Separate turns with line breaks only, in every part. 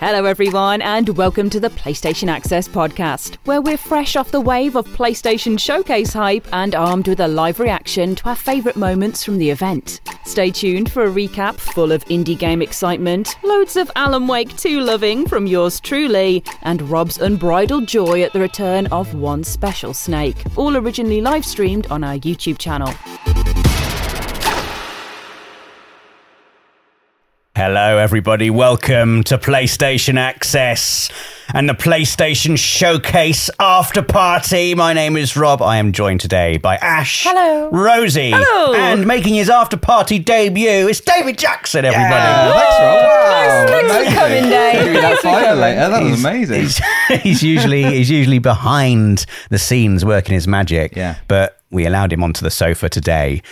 Hello, everyone, and welcome to the PlayStation Access podcast, where we're fresh off the wave of PlayStation Showcase hype and armed with a live reaction to our favourite moments from the event. Stay tuned for a recap full of indie game excitement, loads of Alan Wake 2 loving from yours truly, and Rob's unbridled joy at the return of one special snake, all originally live streamed on our YouTube channel.
Hello, everybody. Welcome to PlayStation Access and the PlayStation Showcase After Party. My name is Rob. I am joined today by Ash.
Hello.
Rosie.
Hello.
And making his after party debut is David Jackson, everybody.
Thanks, Rob. Wow.
Thanks for
amazing.
coming, Dave.
Give me that fire later. That was amazing.
He's, he's usually he's usually behind the scenes working his magic.
Yeah.
But we allowed him onto the sofa today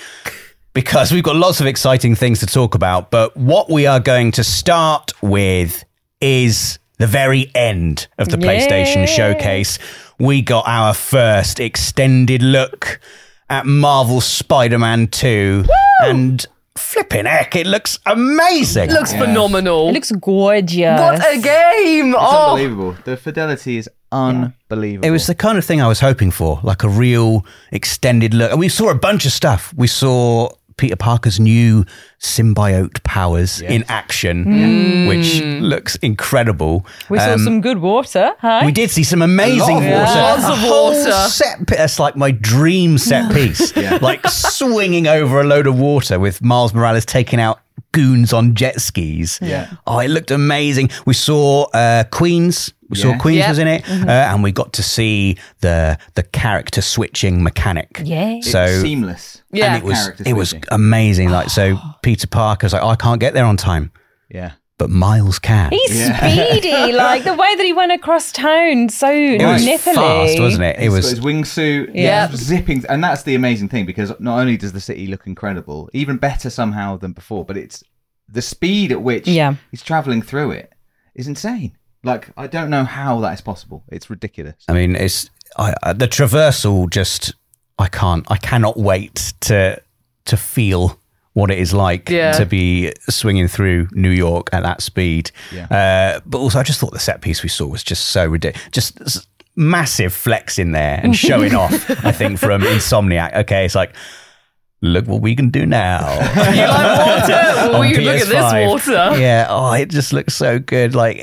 because we've got lots of exciting things to talk about. But what we are going to start with is the very end of the PlayStation showcase. We got our first extended look at Marvel Spider-Man 2 and flipping heck, it looks amazing.
looks phenomenal.
It looks gorgeous.
what a game!
It's
Oh,
unbelievable. The fidelity is unbelievable.
It was the kind of thing I was hoping for, like a real extended look. And we saw a bunch of stuff. We saw Peter Parker's new symbiote powers in action, which looks incredible.
We saw some good water, huh?
We did see some amazing water.
Lots
A
of
whole
water.
Set pi- that's like my dream set piece. Like swinging over a load of water with Miles Morales taking out goons on jet skis.
Yeah.
Oh, it looked amazing. We saw uh, Queens. We saw
Yeah.
Queens
Yep. Mm-hmm.
was in it, uh, and we got to see the the character switching mechanic.
Yeah.
It
So
was seamless.
Yeah.
and it was
Character
it was
switching.
amazing. Like so, Peter Parker's like, "Oh, I can't get there on time,
Yeah.
but Miles can.
He's
Yeah.
speedy, like the way that he went across town so
it was
nippily.
fast, wasn't it? It
He's got
was
his wingsuit, yeah,
Yeah.
zipping, and that's the amazing thing because not only does the city look incredible, even better somehow than before, but it's the speed at which
Yeah.
he's traveling through it is insane. Like I don't know how that is possible. It's ridiculous.
I mean, it's I, I, the traversal. Just I can't. I cannot wait to to feel what it is like
Yeah.
to be swinging through New York at that speed. Uh, but also, I just thought the set piece we saw was just so ridiculous. Just s- massive flex in there and showing off. I think from Insomniac. Okay, it's like. Look what we can do now.
you like water? Well,
on
you look at
PS5.
this water.
Yeah, oh, it just looks so good. Like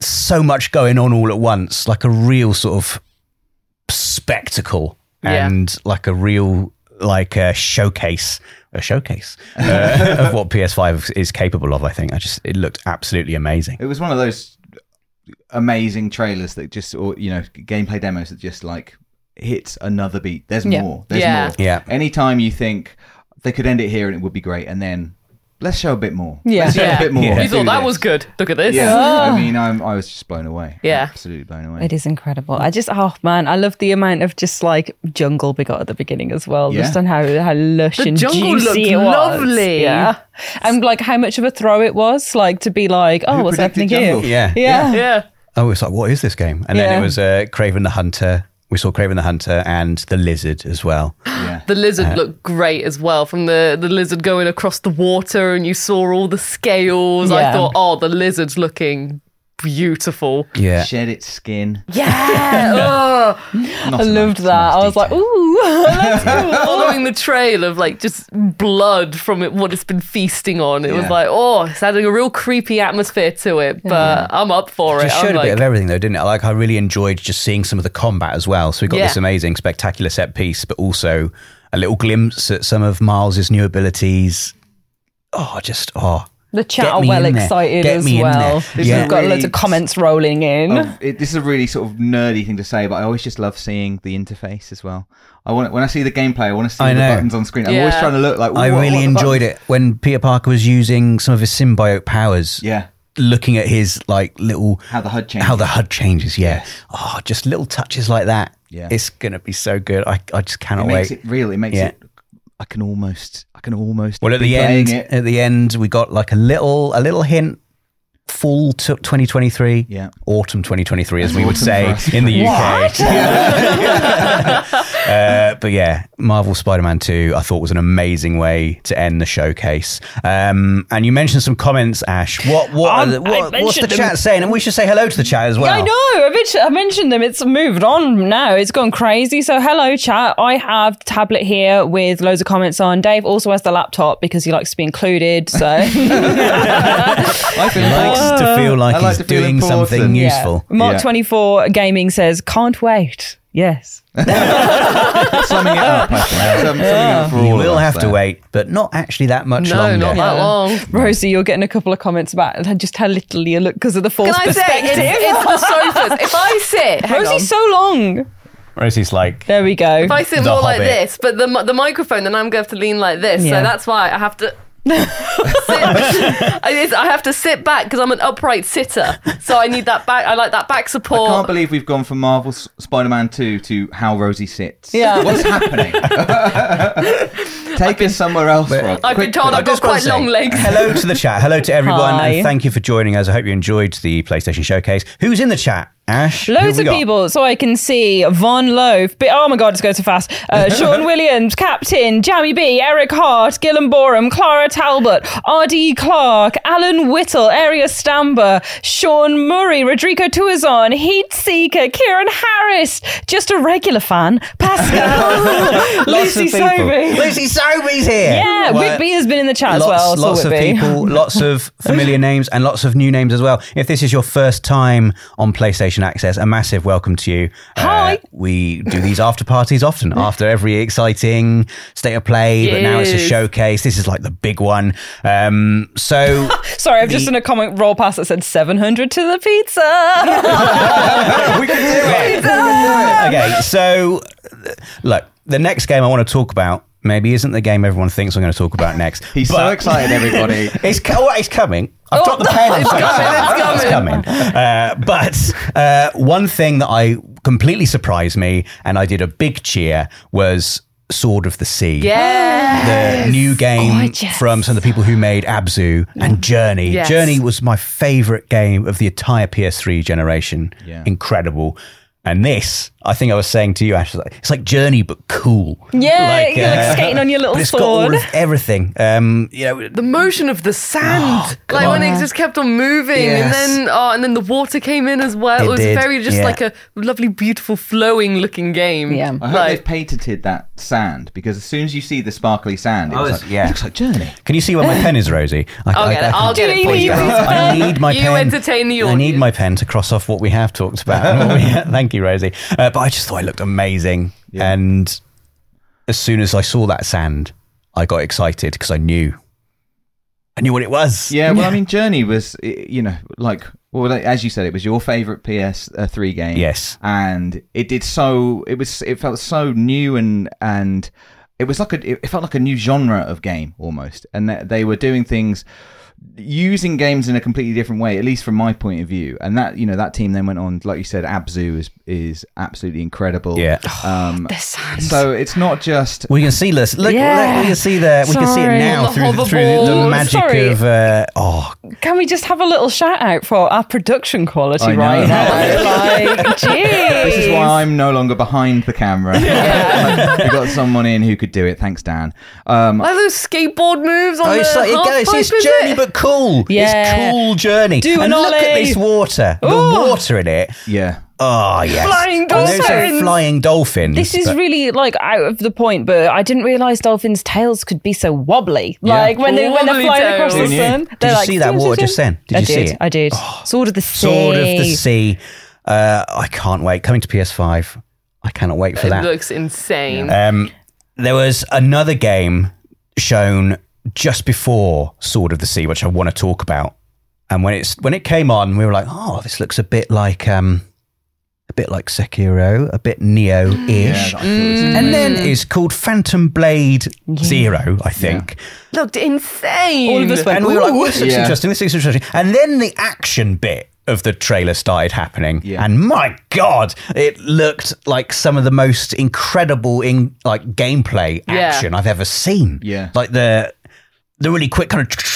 so much going on all at once, like a real sort of spectacle
Yeah.
and like a real like a showcase, a showcase uh, of what PS5 is capable of. I think I just it looked absolutely amazing.
It was one of those amazing trailers that just, or you know, gameplay demos that just like hits another beat. There's
Yeah.
more. There's
Yeah.
more.
Yeah.
Anytime you think they could end it here and it would be great, and then let's show a bit more.
Yeah.
Let's show
Yeah.
a bit more.
You
You
Let's do
thought that
this.
was good. Look at this.
Yeah. I mean, I'm, I was just blown away.
Yeah.
Absolutely blown away.
It is incredible. I just, oh man, I love the amount of just like jungle we got at the beginning as well,
Yeah.
just on how, how lush
The
and
jungle
juicy
looked
it was.
lovely.
Yeah. And like how much of a throw it was, like to be like, oh,
Who
what's happening
predicted
here?
jungle?
Yeah.
Yeah.
Yeah.
Oh, it's like what is this game? And then
Yeah.
it was uh, Craven the Hunter. We saw Craven the Hunter and the Lizard as well.
Yeah.
The lizard looked great as well. From the, the lizard going across the water, and you saw all the scales. I
Yeah.
thought, oh, the lizard's looking beautiful.
Yeah.
Shed its skin.
Yeah. oh,
Not
I loved that. I was like, ooh, that's cool.
following the trail of like just blood from it, what it's been feasting on. It was
Yeah.
like, oh, it's adding a real creepy atmosphere to it. But I'm up for
just
it.
showed
I'm
a
like,
bit of everything though, didn't it? Like I really enjoyed just seeing some of the combat as well. So we got
Yeah.
this amazing, spectacular set piece, but also a little glimpse at some of Miles's new abilities. Oh, just oh,
The chat
Get
are
me
well
in there.
excited
Get
as
me in
well.
there.
We've
Yeah.
got loads of
Really-
comments rolling in.
of- it, this is a really sort of nerdy thing to say, but I always just love seeing the interface as well. I want when I see the gameplay, I want to see
I
the
know.
buttons on screen. I'm
Yeah.
always trying to look like.
I really enjoyed it when Peter Parker was using some of his symbiote powers.
Yeah,
looking at his like little
How the HUD changes.
How the HUD changes. Yeah. Oh, just little touches like that.
Yeah.
It's gonna be so good. I I just
it
cannot
makes
wait.
it real. It makes
Yeah.
it. I can almost. I can almost.
Well, at
be
the
playing
end,
it.
at the end, we got like a little, a little hint. Fall to 2023,
Yeah.
autumn 2023, as we
Autumn
would say
for us.
in the UK. Uh, but yeah, Marvel Spider Man 2, I thought was an amazing way to end the showcase. Um, and you mentioned some comments, Ash. What, what, are
Um,
the-
I
what- what's the
mentioned them.
chat saying? And we should say hello to the chat as well.
I know. I mentioned, I mentioned them. It's moved on now. It's gone crazy. So, hello, chat. I have the tablet here with loads of comments on. Dave also has the laptop because he likes to be included. So,
I feel
Likes
Uh,
to feel like
I like
he's
to feel
doing
important.
something
Yeah.
useful.
Yeah.
Mark24 Gaming says, can't wait. Yes.
summing it up. I think. Sum- summing it up for
You
all of
will
us
have to
there.
wait, but not actually that much
No,
longer.
not that long.
Rosie, you're getting a couple of comments about just how little you look because of the
Can
force
I say it's,
perspective.
it's the sofas? If I sit, hang on.
Rosie's so long.
Rosie's like,
There we go.
If I sit
The
more like
Hobbit.
this, but the mi- the microphone, then I'm going to have to lean like this.
Yeah.
So that's why I have to. sit. I it's- I have to sit back because I'm an upright sitter, so I need that back. I like that back
I can't
support.
believe we've gone from Marvel's Spider-Man 2 to How Rosie Sits.
Yeah.
What's happening? Take us somewhere else, Rob.
I've been told
I
I've got
just wanna
quite
say,
long legs.
Hello to the chat. Hello to everyone,
Hi.
and thank you for joining us. I hope you enjoyed the PlayStation Showcase. Who's in the chat? Ash. Who have
Loads
we
of
got?
people, so I can see Von Love. But oh my god, it's going so fast. Uh, Sean Williams, Captain Jammy B, Eric Hart, Gillan Borum, Clara Talbot, R.D. Clark, Alan Whittle, Aria Stamber, Sean Murray, Rodrigo Tuazon, Heat Seeker, Kieran Harris, just a regular fan, Pascal,
Lots of
Lucy
people.
Sobey.
Lucy Sobey's here.
Yeah,
Well,
Whitby has been in the chat
Lots,
as well.
lots
so
of
Whitby.
people, lots of familiar names, and lots of new names as well. If this is your first time on PlayStation Access, a massive welcome to you. Uh,
Hi.
we do these after parties often after every exciting state of play, but now it's a
Yes.
showcase. This is like the big one. Um, so
Sorry, I've
The-
just done a comment roll past that said 700 to the pizza.
we can do it.
okay, so th- look, the next game I want to talk about maybe isn't the game everyone thinks I'm going to talk about next.
He's so
but
excited, everybody.
It's, co- oh, it's coming. I've dropped the pen. It's
coming, it's
coming. It's coming. Uh, but uh, one thing that I completely surprised me, and I did a big cheer, was Sword of the Sea
Yeah.
the new game
Gorgeous. Mm.
from some of the people who made Abzu and Journey.
Yes.
Journey was my favorite game of the entire PS3 generation.
Yeah.
Incredible. And this, I think I was saying to you, Ash, like, it's like Journey but cool.
Yeah, you're like skating on your little
uh, but it's got all
sword.
of everything. Um, you know,
the motion of the sand,
come
like when
on.
it just kept on moving,
Yes.
and then oh, and then the water came in as well. It,
It
was
did,
very just
yeah.
like a lovely, beautiful, flowing looking game.
Yeah.
I hope
Like-
they've patented that sand because as soon as you see the sparkly sand, it
Oh,
was
it's-
like,
yeah.
it looks like Journey.
can you see where my pen is, Rosie? I,
I'll get it. I'll get it for you.
I need my
You
pen.
entertain the
I need
audience.
my pen to cross off what we have talked about. and what we- Thank you, Rosie. Uh, but I just thought it looked amazing.
Yeah.
And as soon as I saw that sand, I got excited because I knew. I knew what it was.
Yeah, well, I mean, Journey was, i- you know, like, well, like, as you said, it was your favorite PS3 game.
Yes.
and it did so. It was, it felt so new and and it was like a, it felt like a new genre of game almost, and that they were doing things using games in a completely different way, at least from my point of view. And that, you know, that team then went on, like you said, Abzu is is absolutely incredible.
Yeah.
Um, so it's not just
We can see this. Look,
Yeah.
look, we can see the. We can see it
Sorry.
now
The
through the, through the
hoverboard.
magic
Sorry.
of. Uh, oh,
Can we just have a little shout out for our production quality
I know.
right now? like, jeez.
This is why I'm no longer behind the camera. we got someone in who could do it. Thanks, Dan. Um,
Like those skateboard moves on
oh, it's
the
like it
half
goes.
pipe,
It's
is
journey,
it?
but cool.
Yeah.
It's cool journey.
Do an
and look at
ollie.
this water. The
Ooh.
water in it.
yeah.
Oh yes,
Flying
And those are
dolphins.
flying dolphins.
This is
but-
really like out of the point, but I didn't realize dolphins' tails could be so wobbly.
Yeah.
Like when they when they're
Wobbly
flying
tails.
across
Who
the
knew?
sun.
Did
they're
you
like,
see that water just then? Did
I
you see
did.
it?
I did. Sword of the sea.
Sword of the Sea. Uh, I can't wait. Coming to PS5. I cannot wait for
It
that.
looks insane.
Um, there was another game shown just before Sword of the Sea, which I want to talk about. And when it's when it came on, we were like, "Oh, this looks a bit like um, a bit like Sekiro, a bit
Mm.
Neo-ish." And then it's called Phantom Blade Zero, I think.
Looked insane.
All of us went,
and we were like,
"Ooh."
"Oh, this looks
Yeah.
interesting. This looks interesting." And then the action bit of the trailer started happening,
Yeah.
and my god, it looked like some of the most incredible in like gameplay
Yeah.
action I've ever seen.
Yeah.
like the the really quick kind of flash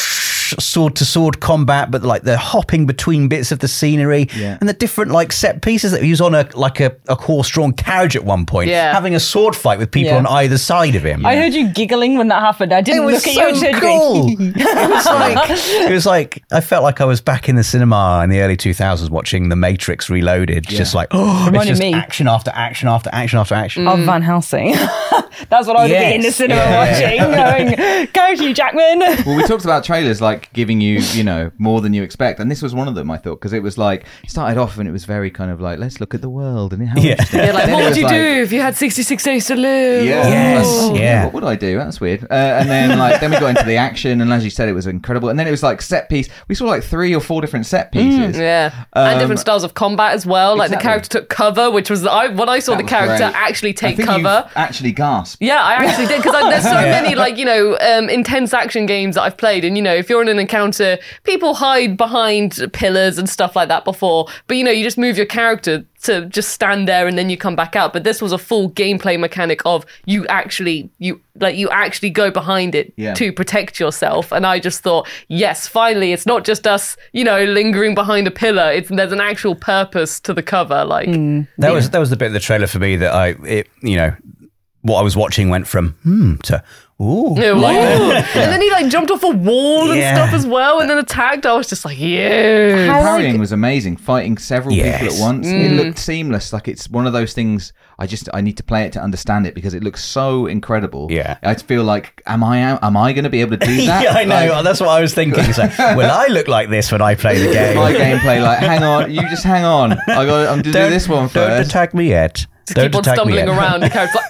sword to sword combat, but like the hopping between bits of the scenery
Yeah.
and the different like set pieces that he was on a like a, a horse drawn carriage at one point,
Yeah.
having a sword fight with people
Yeah.
on either side of him.
I heard you giggling when that happened. I
it
didn't
was
look at you. I just
so
heard you going,
cool. it was like it was like I felt like I was back in the cinema in the early two thousands watching The Matrix Reloaded. Just like oh, it's
Reminded
just
me. Mm.
action after action after action after action.
of Van Helsing. That's what I would be in
Mm.
the
Yes.
cinema watching, going, go Hugh Jackman.
well, we talked about trailers like giving you, you know, more than you expect, and this was one of them. I thought because it was like it started off and it was very kind of like let's look at the world and how
Yeah.
interesting.
Yeah, like,
Then
what
it
would
was
you
like,
do if you had 66 days to live?
Yeah.
Yes,
Oh,
yeah.
What would I do? That's weird. Uh, and then like then we got into the action, and as you said, it was incredible. And then it was like set piece. We saw like three or four different
Mm.
set pieces.
Yeah,
Um,
and different styles of combat as well. Like the
exactly.
character took cover, which was I when I saw
That
the
was
character
great.
actually
I
take
think
cover.
you've Actually, gasp.
Yeah, I actually did because there's so many like you know um, intense action games that I've played, and you know if you're in an encounter, people hide behind pillars and stuff like that before, but you know you just move your character to just stand there and then you come back out. But this was a full gameplay mechanic of you actually you like you actually go behind it
Yeah.
to protect yourself, and I just thought yes, finally it's not just us you know lingering behind a pillar. It's there's an actual purpose to the cover, like
That was that was the bit of the trailer for me that I it you know what I was watching went from hmm to ooh
No, like- And then he like jumped off a wall and
Yeah.
stuff as well, and then attacked. I was just like,
The
yeah.
parrying was amazing. Fighting several people
Yes.
at once,
Mm.
it looked seamless. Like it's one of those things. I just I need to play it to understand it because it looks so incredible.
Yeah.
I feel like am I am I going to be able to do that?
yeah, I know.
Like,
That's what I was thinking. It's like, will I look like this when I play the game?
my gameplay, like hang on, you just hang on. I got I'm doing this one
Don't
first.
attack me yet.
Just
don't
keep on
attack me
stumbling
yet.
around. The character's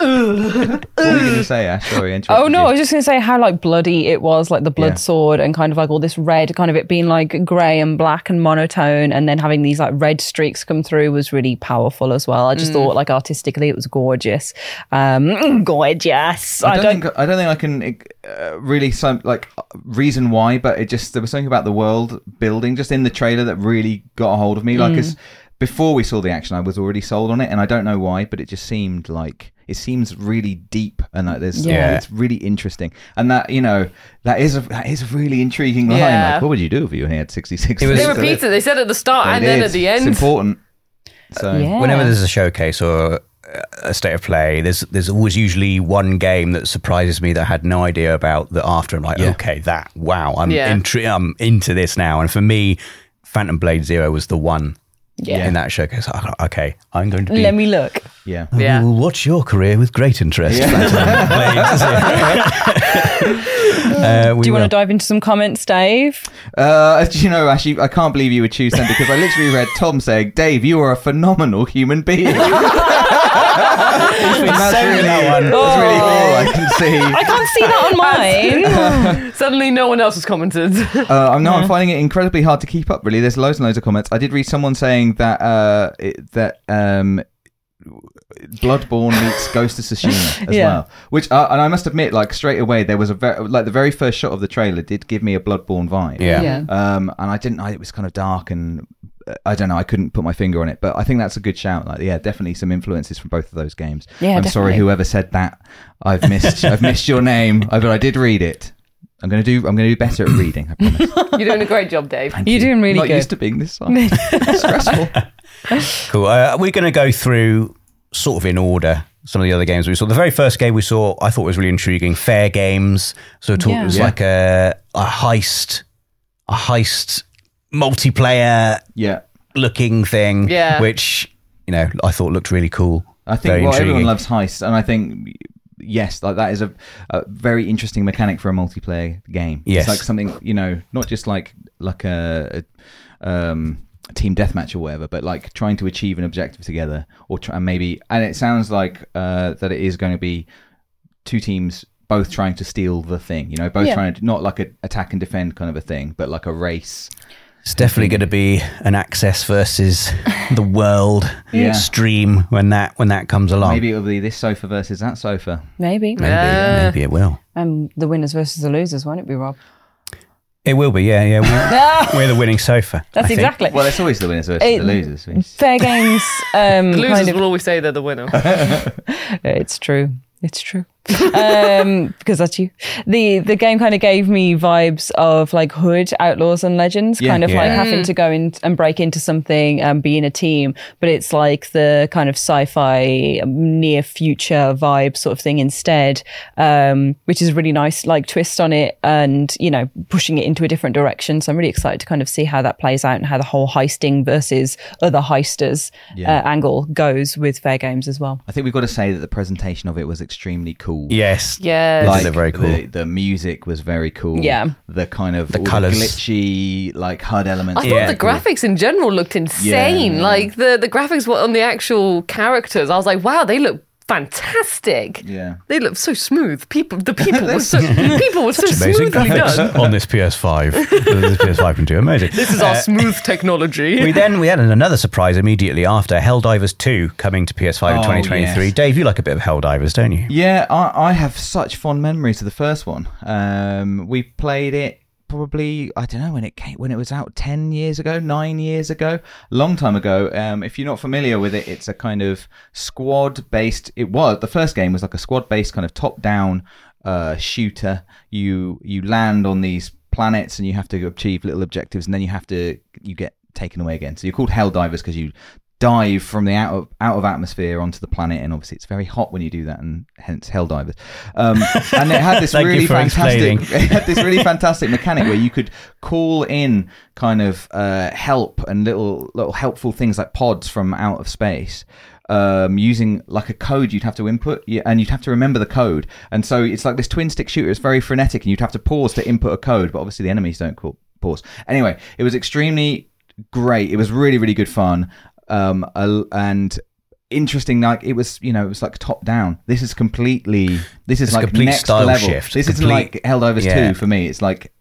like, Ugh.
what were you going to say, Ash? Sorry, I interrupted
Oh no,
you.
I was just gonna say how like bloody it was, like the blood
Yeah.
sword and kind of like all this red, kind of it being like grey and black and monotone, and then having these like red streaks come through was really powerful as well. I just thought like artistically it was gorgeous, um, gorgeous.
I don't, think I don't think I can uh, really some like reason why, but it just there was something about the world building just in the trailer that really got a hold of me.
Mm.
Like, 'cause before we saw the action, I was already sold on it, and I don't know why, but it just seemed like it seems really deep and like there's
Yeah.
it's really interesting, and that you know that is a that is a really intriguing line.
Yeah.
Like, what would you do if you only had sixty six?
It was-
they repeat it. They said at the start and then at the
it's
end.
important. So
Yeah.
Whenever there's a showcase or a state of play, there's there's always usually one game that surprises me that I had no idea about. That after I'm like,
Yeah.
okay, that wow, I'm
Yeah.
intri- I'm into this now. And for me, Phantom Blade Zero was the one. In that showcase, I thought, okay, I'm going to be.
Let me look.
yeah.
Yeah.
We will watch your career with great interest. Uh, we
Do you
will.
want to dive into some comments, Dave?
Uh, do you know, Ashley, I can't believe you would choose them because I literally read Tom saying, Dave, you are a phenomenal human being. And that's
so
really,
that one. Oh.
that's really all I can see.
I can't see that on mine.
Suddenly, no one else has commented.
Uh, I'm, no, I'm finding it incredibly hard to keep up, really. There's loads and loads of comments. I did read someone saying that uh, it, that um, Bloodborne meets Ghost of Tsushima as
Yeah.
well. Which, uh, and I must admit, like, straight away, there was a very, like, the very first shot of the trailer did give me a Bloodborne vibe.
Yeah.
Um, and I didn't. I, it was kind of dark, and uh, I don't know. I couldn't put my finger on it, but I think that's a good shout. Like, yeah, definitely some influences from both of those games.
Yeah,
I'm sorry,
definitely.
whoever said that. I've missed. I've missed your name, I- but I did read it. I'm gonna do. I'm gonna do better at reading. I promise.
You're doing a great job, Dave.
Thank
You're
you.
doing really
Not
good.
used to being this silent. It's stressful.
Cool. Uh, we're going to go through sort of in order some of the other games we saw. The very first game we saw, I thought was really intriguing. Fair Games. So it,
Yeah.
it was
Yeah.
like a a heist, a heist multiplayer
Yeah.
looking thing.
Yeah.
Which you know I thought looked really cool.
I
Very
think well, everyone
intriguing.
loves heists, and I think yes, like that is a, a very interesting mechanic for a multiplayer game.
Yes.
It's like something you know, not just like like a, a um, a team deathmatch or whatever, but like trying to achieve an objective together, or try, and maybe. And it sounds like uh, that it is going to be two teams both trying to steal the thing. You know, both
Yeah.
trying to not like a attack and defend kind of a thing, but like a race.
It's definitely going to be an access versus the world
Yeah.
stream when that when that comes along.
Maybe it'll be this sofa versus that sofa.
Maybe.
Maybe,
Yeah.
maybe it will.
Um, the winners versus the losers, won't it be, Rob?
It will be. Yeah, yeah. We're, we're the winning sofa. I
That's
think.
exactly.
Well, it's always the winners versus
It-
the losers.
Fair games. Um,
Losers
kind of-
will always say they're the winner.
it's true. It's true. um, because that's you. The the game kind of gave me vibes of like Hood, Outlaws and Legends, kind of like
Yeah.
having to go in and break into something and be in a team, but it's like the kind of sci-fi um, near future vibe sort of thing instead, um, which is a really nice like twist on it and you know pushing it into a different direction. So I'm really excited to kind of see how that plays out and how the whole heisting versus other heisters uh, angle goes with fair games as well.
I think we've got to say that the presentation of it was extremely cool.
Yes.
Yes.
Like- They're very cool.
The, the music was very cool.
Yeah.
The kind of all the
colours.
glitchy like HUD elements.
I thought
Yeah.
the graphics in general looked insane.
Yeah.
Like the, the graphics were on the actual characters. I was like, wow, they look fantastic.
Yeah.
They look so smooth. People, the people were so people were so
Amazing
smoothly done.
graphics on this PS5. this PS5 can do amazing. Uh,
This is our smooth technology.
we then we had another surprise immediately after Helldivers 2 coming to PS5 in
Oh,
2023.
yes.
Dave, you like a bit of Helldivers, don't you?
Yeah, I, I have such fond memories of the first one. Um, we played it probably I don't know when it came when it was out ten years ago, nine years ago, long time ago. Um, if you're not familiar with it, it's a kind of squad based. It was the first game was like a squad based kind of top down uh, shooter. You you land on these planets and you have to achieve little objectives, and then you have to you get taken away again. So you're called Hell Divers because you dive from the out of out of atmosphere onto the planet, and obviously it's very hot when you do that, and hence hell divers. Um, and it had this
Thank you
really
for
fantastic,
explaining.
it had this really fantastic mechanic where you could call in kind of uh, help and little little helpful things like pods from out of space. Um, using like a code you'd have to input yeah, and you'd have to remember the code and so it's like this twin stick shooter it's very frenetic and you'd have to pause to input a code but obviously the enemies don't call, pause anyway it was extremely great. It was really, really good fun. Um, a- and interesting. Like it was, you know, it was like top down. This is completely. This is
It's
like
complete
next
style
level.
shift.
This isn't
Complete-
like Helldivers
Yeah.
two for me. It's like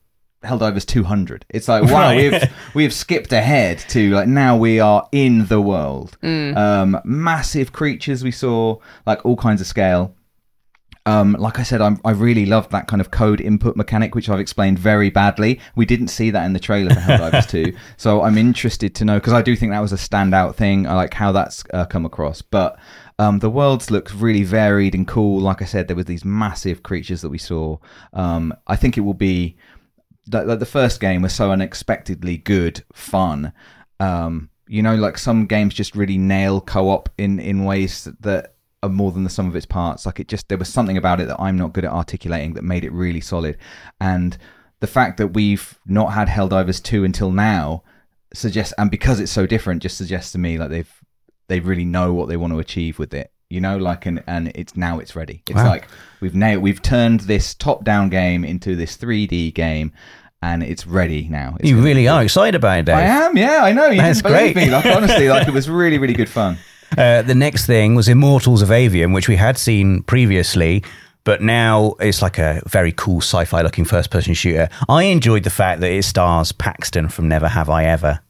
Helldivers two hundred. It's like wow,
Right.
we've we've skipped ahead to like now we are in the world. Um, massive creatures we saw, like all kinds of scale um, like I said, I'm, I really loved that kind of code input mechanic, which I've explained very badly. We didn't see that in the trailer for Helldivers 2, so I'm interested to know because I do think that was a standout thing. I like how that's uh, come across, but um, the worlds looked really varied and cool. Like I said, there was these massive creatures that we saw. Um, I think it will be like, like the first game was so unexpectedly good fun um you know like some games just really nail co-op in in ways that, that are more than the sum of its parts like it just there was something about it that i'm not good at articulating that made it really solid and the fact that we've not had helldivers 2 until now suggests and because it's so different just suggests to me like they've they really know what they want to achieve with it you know like and and it's now it's ready it's like we've nailed we've turned this top down game into this 3d game and it's ready now It's
You
gonna-
really are excited about it, Dave.
i am yeah i know you
That's
didn't believe
great.
me like honestly like it was really really good fun
Uh, the next thing was Immortals of Avium, which we had seen previously, but now it's like a very cool sci fi looking first person shooter. I enjoyed the fact that it stars Paxton from Never Have I Ever.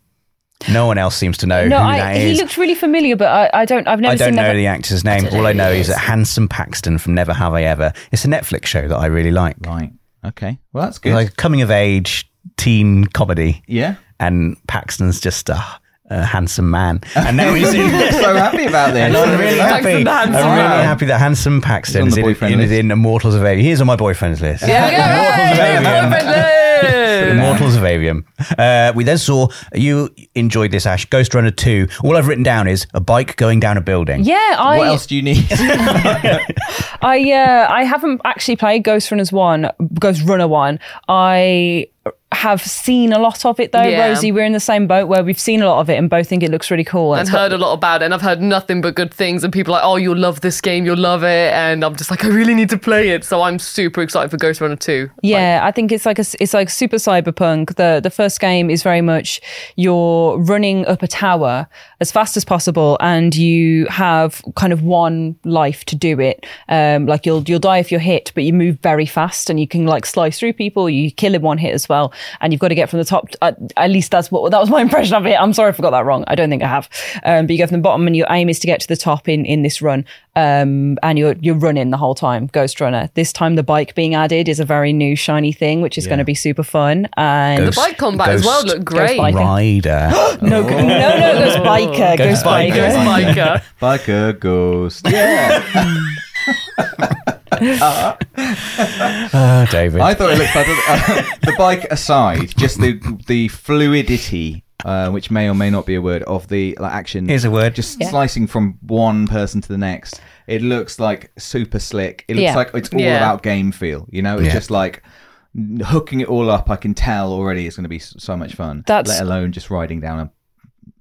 No one else seems to know
No,
who
I,
that
he
is.
looked really familiar, but I, I don't. I've never
I don't
seen
know
that.
the actor's name. All I know is that Handsome Paxton from Never Have I Ever. It's a Netflix show that I really like.
right okay well that's good
Like coming of age teen comedy,
yeah
and Paxton's just a, a handsome man. And now he's in
I'm so happy about this
And I'm really
Paxton
happy.
the
I'm
Handsome
really
Man.
happy that handsome
He's
Paxton
on
is
the
in,
boyfriend
in,
list.
in Immortals of Avium. He is on my boyfriend's list.
Yeah,
Immortals of Avium.
yeah,
Immortals of Avium. Uh, we then saw you enjoyed this, Ash. Ghost Runner Two. All I've written down is a bike going down a building.
Yeah, I
what else do you need
I uh, I haven't actually played Ghost Runners One, Ghost Runner One. I have seen a lot of it though,
Yeah.
Rosie. We're in the same boat where we've seen a lot of it and both think it looks really cool.
and
it's got-
heard a lot about it, and I've heard nothing but good things. And people are like, "Oh, you'll love this game, you'll love it," and I'm just like, "I really need to play it." So I'm super excited for Ghost Runner Two.
Yeah, I think it's like a, s- it's like super cyberpunk. The the first game is very much you're running up a tower as fast as possible, and you have kind of one life to do it. Um, like you'll you'll die if you're hit, but you move very fast, and you can like slice through people. You kill in one hit as well, and you've got to get from the top. At, at least that's what that was my impression of it. I'm sorry if I got that wrong. I don't think I have. Um, but you go from the bottom, and your aim is to get to the top in in this run. Um, and you're you're running the whole time, Ghost Runner. This time the bike being added is a very new shiny thing, which is going to be super fun. And
Ghost-
Bike combat as well
Ghost
looked great.
bike.
Rider.
no, no, no, Ghost Biker, Ghost,
Biker.
Biker.
Ghost Biker.
like a ghost yeah
Ah, David.
I thought it looked better. uh, the bike aside, just the the fluidity, uh, which may or may not be a word, of the like, action.
Here's a word.
Just
Yeah.
slicing from one person to the next. It looks like super slick. It looks
Yeah.
like it's all
Yeah.
about game feel. You know, it's
Yeah.
just like hooking it all up. I can tell already it's going to be s- so much fun.
That's-
let alone just riding down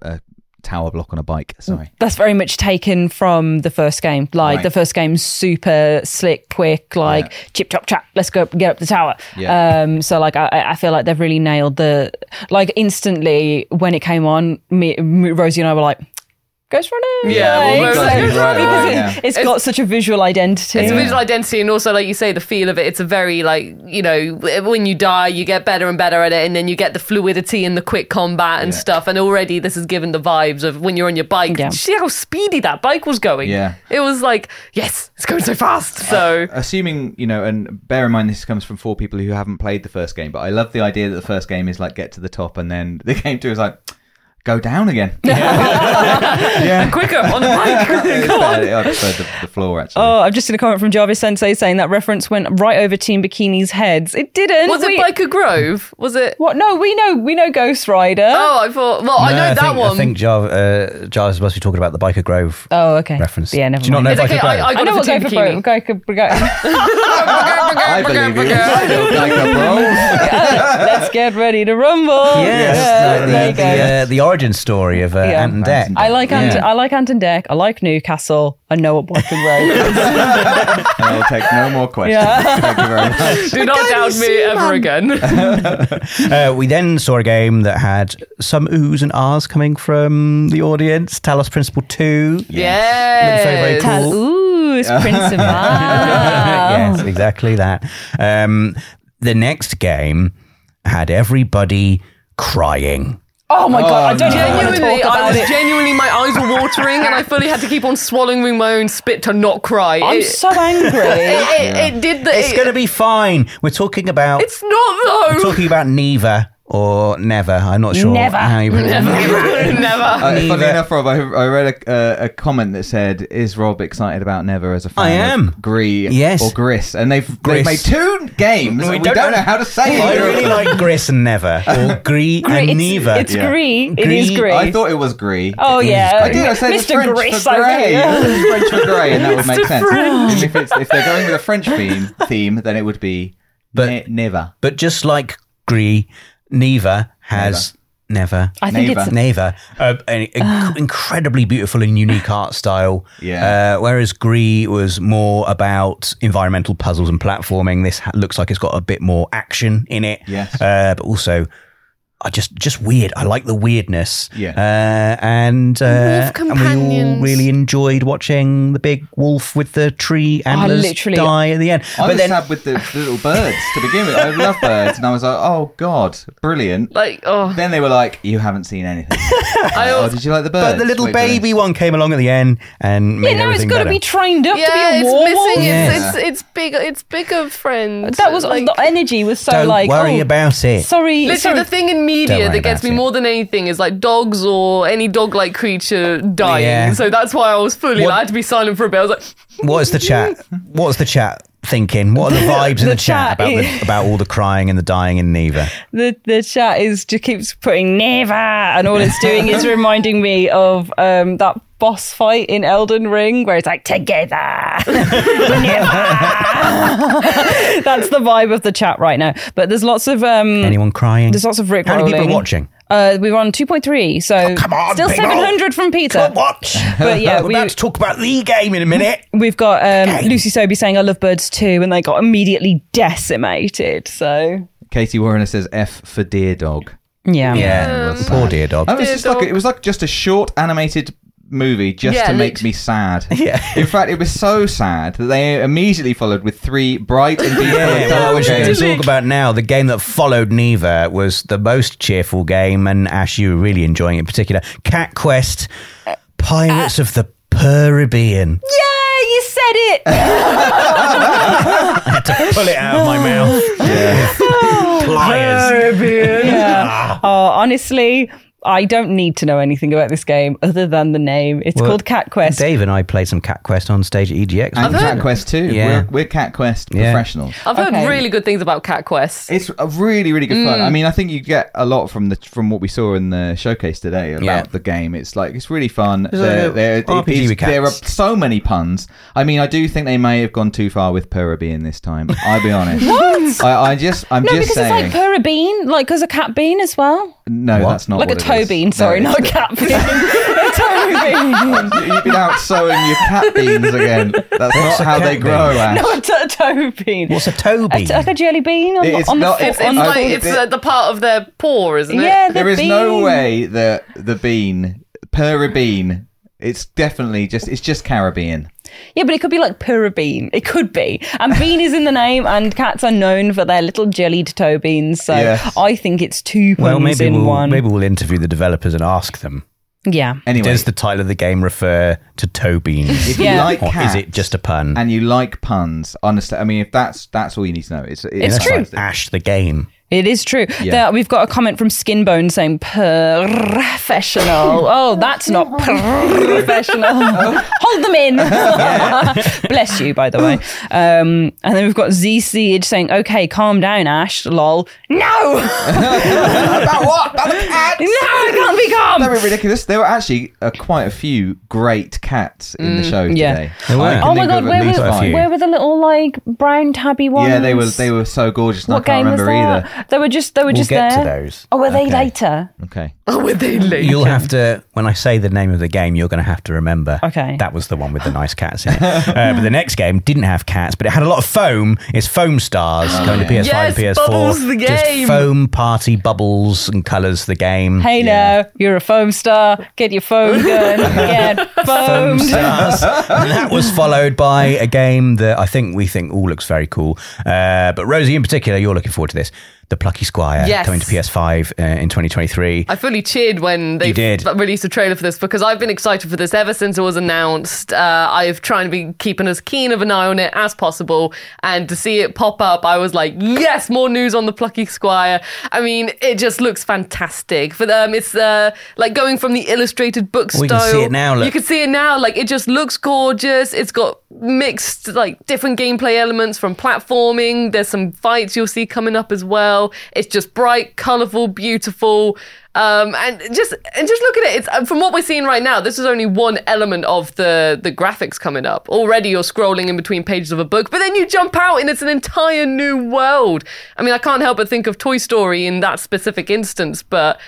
a, a tower block on a bike. Sorry.
that's very much taken from the first game. Like
Right.
the first game's super slick, quick, like chip chop chop. Let's go up, get up the tower.
Yeah.
Um, so like I, I feel like they've really nailed the like instantly when it came on. Me, me- Rosie and I were like. Ghost Runner,
Yeah, well,
Like,
Ghost
like,
Runner,
because
right,
it-
yeah.
it's got such a visual identity.
It's a visual identity, and also, like you say, the feel of it. It's a very like you know, when you die, you get better and better at it, and then you get the fluidity and the quick combat and stuff. And already, this is given the vibes of when you're on your bike.
Yeah.
Did you see how speedy that bike was going?
Yeah.
it was like yes, it's going so fast. So
assuming you know and bear in mind this comes from four people who haven't played the first game but i love the idea that the first game is like get to the top and then the game two is like go down again yeah
quicker on the bike. Come on.
i preferred the, the floor actually
Oh, I've just seen a comment from Jarvis Sensei saying that reference went right over Team Bikini's heads. It didn't.
Was it
We-
Biker Grove? Was it?
What? No, we know. We know Ghost Rider.
Oh, I thought. Well, I
No,
know that
think,
one.
I think Jarv, uh, Jarvis must be talking about the Biker Grove
Oh, okay.
reference.
Yeah, never
Do you not
mind.
know
It's
Biker
okay,
Grove?
I-
I know what
Team
Gopher
Bikini.
Bro- Gopher Bro-
i believe you like a bro.
Let's get ready to rumble.
Yes,
Yeah,
the,
there you
the,
go.
uh, the origin story of uh,
Yeah.
Ant and Deck.
I like Ant-
Yeah.
I like Ant and Deck. I like Newcastle. I know what Boston Road is.
And i'll take no more questions
Yeah.
thank you very much
Do not doubt me ever again.
Uh, we then saw a game that had some oohs and ahs coming from the audience. Talos Principle 2.
Yeah.
Very, very cool.
Tal- Ooh, it's Prince of
yes,
Mars.
exactly that. Um, the next game had everybody crying.
Oh my god, I don't even want to talk
Genuinely, I
about
was
it.
genuinely, my eyes were watering, and I fully had to keep on swallowing my own spit to not cry.
I'm
it,
so angry.
it, it- it did the.
It's
it-
going to be fine. We're talking about
it's not
we're
though.
talking about neither or never. I'm not sure.
Never.
how you-
Never.
uh, funny
Neither.
enough, Rob, I, I read a, uh, a comment that said, "Is Rob excited about Never as a fan?"
I
of
am.
Gree,
Yes.
or Gris, and they've,
Gris.
they've made two games. We, don't, know how to say
I
either of
really
them.
like Gris and Never or Gree and Neither.
It's, it's
Yeah.
Gree. It is
Gree.
Gree.
I thought it was Gree.
oh yeah,
I did. I said it's
Mr.
French
Grace
for
over
grey.
here.
It's French for grey, and that would make sense. If, it's, if they're going with a French theme, theme, then it would be
But-
ne- never.
but just like Gree, Neither has never.
I think
Neighbour.
it's Ah.
Neva, uh, an inc- incredibly beautiful and unique art style.
Yeah.
Uh, whereas Gree was more about environmental puzzles and platforming. This ha- looks like it's got a bit more action in it.
Yes.
Uh, but also, I just just weird. I like the weirdness.
Yeah.
Uh, and uh, and
Wolf
we all
companions.
really enjoyed watching the big wolf with the tree antlers
Oh, literally-
die at the end.
I
but
was
then
sad with the little birds to begin with. I love birds, and I was like, "Oh God, brilliant!"
Like oh,
Then they were like, "You haven't seen anything."
I
oh,
always,
did you like the birds?
but the little
Wait,
baby one came along at the end and made
yeah. Now it's
everything
got to
better.
be trained up
yeah,
to be a
it's
war
missing.
Yes.
It's, it's it's big. It's bigger friends.
That was
like.
the energy was so
Don't
like
worry
oh,
about it.
Sorry, sorry.
Literally, the thing in
Don't
media
worry
that gets
about
me
it.
more than anything is like dogs or any dog-like creature dying.
Yeah.
So that's why I was fully.
What-
Like, I had to be silent for a bit. I was like,
What is the chat? What's the chat thinking? What are the vibes in the,
The
chat,
chat
about the,
is- Mm.
about all the crying and the dying in Neva?
the the chat is just keeps putting never, and all it's doing is reminding me of um, that boss fight in Elden Ring where it's like together. Never. That's the vibe of the chat right now. But there's lots of um,
Anyone crying?
there's lots of Rick.
How many people are
rolling.
watching? Oh,
Uh, we were on 2.3, so
come on,
still
people.
700 from Peter.
Come watch.
But yeah,
we're
we-
about to talk about the game in a minute.
We've got um, Lucy Sobey saying I love birds too, and they got immediately decimated. So
bird. Katie Warner says "F for deer dog."
yeah,
Yeah, poor dear dog.
I was
Dear
just like
dog.
it was like just a short animated movie just
Yeah,
to make
lit-
me sad.
Yeah.
In fact, it was so sad that they immediately followed with three bright and deep
Yeah,
colour
which
games.
we can talk about now. The game that followed Neva was the most cheerful game, and Ash, you were really enjoying it in particular. Cat Quest,
Uh,
Pirates of the Caribbean.
yeah, you said it.
Pull it out of my mouth. Pliers.
Yeah. Oh, honestly, I don't need to know anything about this game other than the name. It's
Well,
called Cat Quest.
Dave and I played some Cat Quest on stage at E EGX.
And
heard-
Cat Quest too.
Yeah.
We're, we're Cat Quest
Yeah.
professionals.
I've heard
Okay.
really good things about Cat Quest.
It's a really, really good fun. I mean, I think you get a lot from the from what we saw in the showcase today about
Yeah.
the game. It's like it's really fun.
It's like
There,
a
there,
RPG
it's-
with
there are
cats.
so many puns. I mean, I do think they may have gone too far with Pura Bean this time. I'll be honest. what? I, I just, I'm
no,
just
because
saying.
it's like per a bean, like as a cat bean as well.
no,
What?
that's not
like a
what it
toe
is.
bean,
No,
sorry,
it's-
not a cat bean. a toe bean.
You- You've been out sowing your cat beans again. That's
What's a
not how
cat
they grow.
bean?
Ash.
No, a t- toe bean.
What's a toe
A
bean?
t- like a jelly bean on,
It's
the, on
not-
the
it's-
It's, it's
foot. on the-
like it's uh, the part of their paw, isn't it?
yeah, the
there is
bean.
no way that the bean, Pura Bean, it's definitely just, it's just Caribbean.
Yeah, but it could be like Pura Bean. It could be. And bean is in the name, and cats are known for their little jellied toe beans. So
Yes.
I think it's two puns
well, maybe
in
we'll,
one.
maybe we'll interview the developers and ask them.
Yeah.
Anyway,
Does the title of the game refer to toe beans?
if you
Yeah.
like
or
cats,
is it just a pun?
and you like puns, understand. I mean, if that's that's all you need to know, it's
It's
That's
true.
like Ash the game.
It is true.
Yeah.
There, we've got a comment from Skinbone saying professional. oh, that's not professional. Hold them in. Bless you, by the way. Um, and then we've got Z Siege saying, okay, calm down, Ash. Lol. No,
about what? About the cats?
no, I can't be calm.
That were ridiculous. There were actually uh, quite a few great cats in the show
Mm, yeah.
today.
There were.
I can
Oh my
think
god,
of at
where
least
were,
five.
few.
where were the little like brown tabby ones?
Yeah, they were they were so gorgeous. And
What
I can't
game was
remember
that?
either.
They were just they were just
get
there.
to those.
Oh, were they
Okay.
later?
Okay.
Oh, were they late?
You'll have to, when I say the name of the game, you're going to have to remember.
Okay.
That was the one with the nice cats in it. Uh, but the next game didn't have cats, but it had a lot of foam. It's Foam Stars going to PS5 and
Yes,
PS4.
Bubbles the
Just
game.
foam party bubbles and colours the game.
Hey now, you're a foam star. Get your foam gun. Get
Foam
foamed.
Stars. and that was followed by a game that I think we think all looks very cool. Uh, but Rosie, in particular, you're looking forward to this. The Plucky Squire
Yes.
coming to PS5 uh, in 2023.
I fully cheered when they
You did.
f- released a trailer for this because I've been excited for this ever since it was announced. Uh, I've tried to be keeping as keen of an eye on it as possible, and to see it pop up, I was like, "Yes, more news on the Plucky Squire." I mean, it just looks fantastic. For them, it's uh, like going from the illustrated book
We can
style.
see it now, look.
You can see it now. Like it just looks gorgeous. It's got mixed like different gameplay elements from platforming. There's some fights you'll see coming up as well. It's just bright, colorful, beautiful. Um, and just and just look at it. It's uh, from what we're seeing right now. This is only one element of the the graphics coming up. Already, you're scrolling in between pages of a book, but then you jump out and it's an entire new world. I mean, I can't help but think of Toy Story in that specific instance. But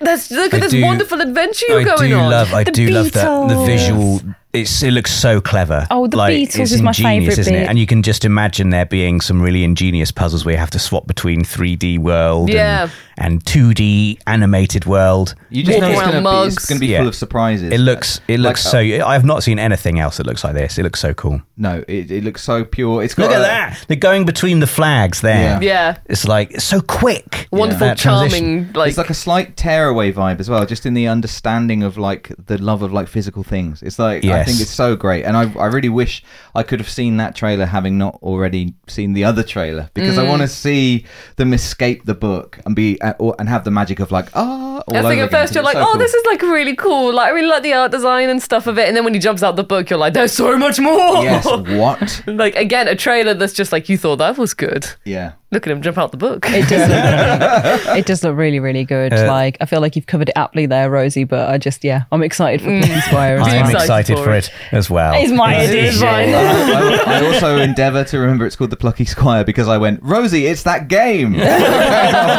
there's look at
I
this
do-
wonderful adventure you're
I
going
do
on.
love. I
The
do love that the
Beatles.
visual. It's it looks so clever.
Oh, the Beatles
it's
is my
ingenious,
favourite
isn't it?
bit.
And you can just imagine there being some really ingenious puzzles where you have to swap between 3D world
Yeah.
and, and 2D animated world.
You just
Walk
know it's going to
around
be, it's
mugs.
gonna be
Yeah.
full of surprises.
It looks. It
Like,
looks so. I have not seen anything else that looks like this. It looks so cool.
No, it, it looks so pure. It's got
Look at
a-
that. They're going between the flags there.
Yeah.
Yeah.
It's like it's so quick.
Wonderful,
That transition.
charming, like,
it's like a slight tearaway vibe as well, just in the understanding of like the love of like physical things. It's like I
Yes.
think it's so great, and I I really wish I could have seen that trailer, having not already seen the other trailer, because
Mm.
I want to see them escape the book and be uh, or, and have the magic of like ah. all
I think
over
at
again,
first
'cause
you're
it's
like,
so
oh,
cool."
this is like really cool. Like I really like the art design and stuff of it. And then when he jumps out the book, you're like, there's so much more.
yes. What?
like again, a trailer that's just like you thought that was good.
Yeah.
Look at him jump out the book.
It does look really, it does look really, really good. like I feel like you've covered it aptly there, Rosie, but I just yeah, I'm excited for
Mm.
Pinky Squire as
I am
well.
excited
excited
for
for
it.
it as well.
It's my idea,
it's mine.
I, I also endeavour to remember it's called the Plucky Squire because I went, Rosie, it's that game.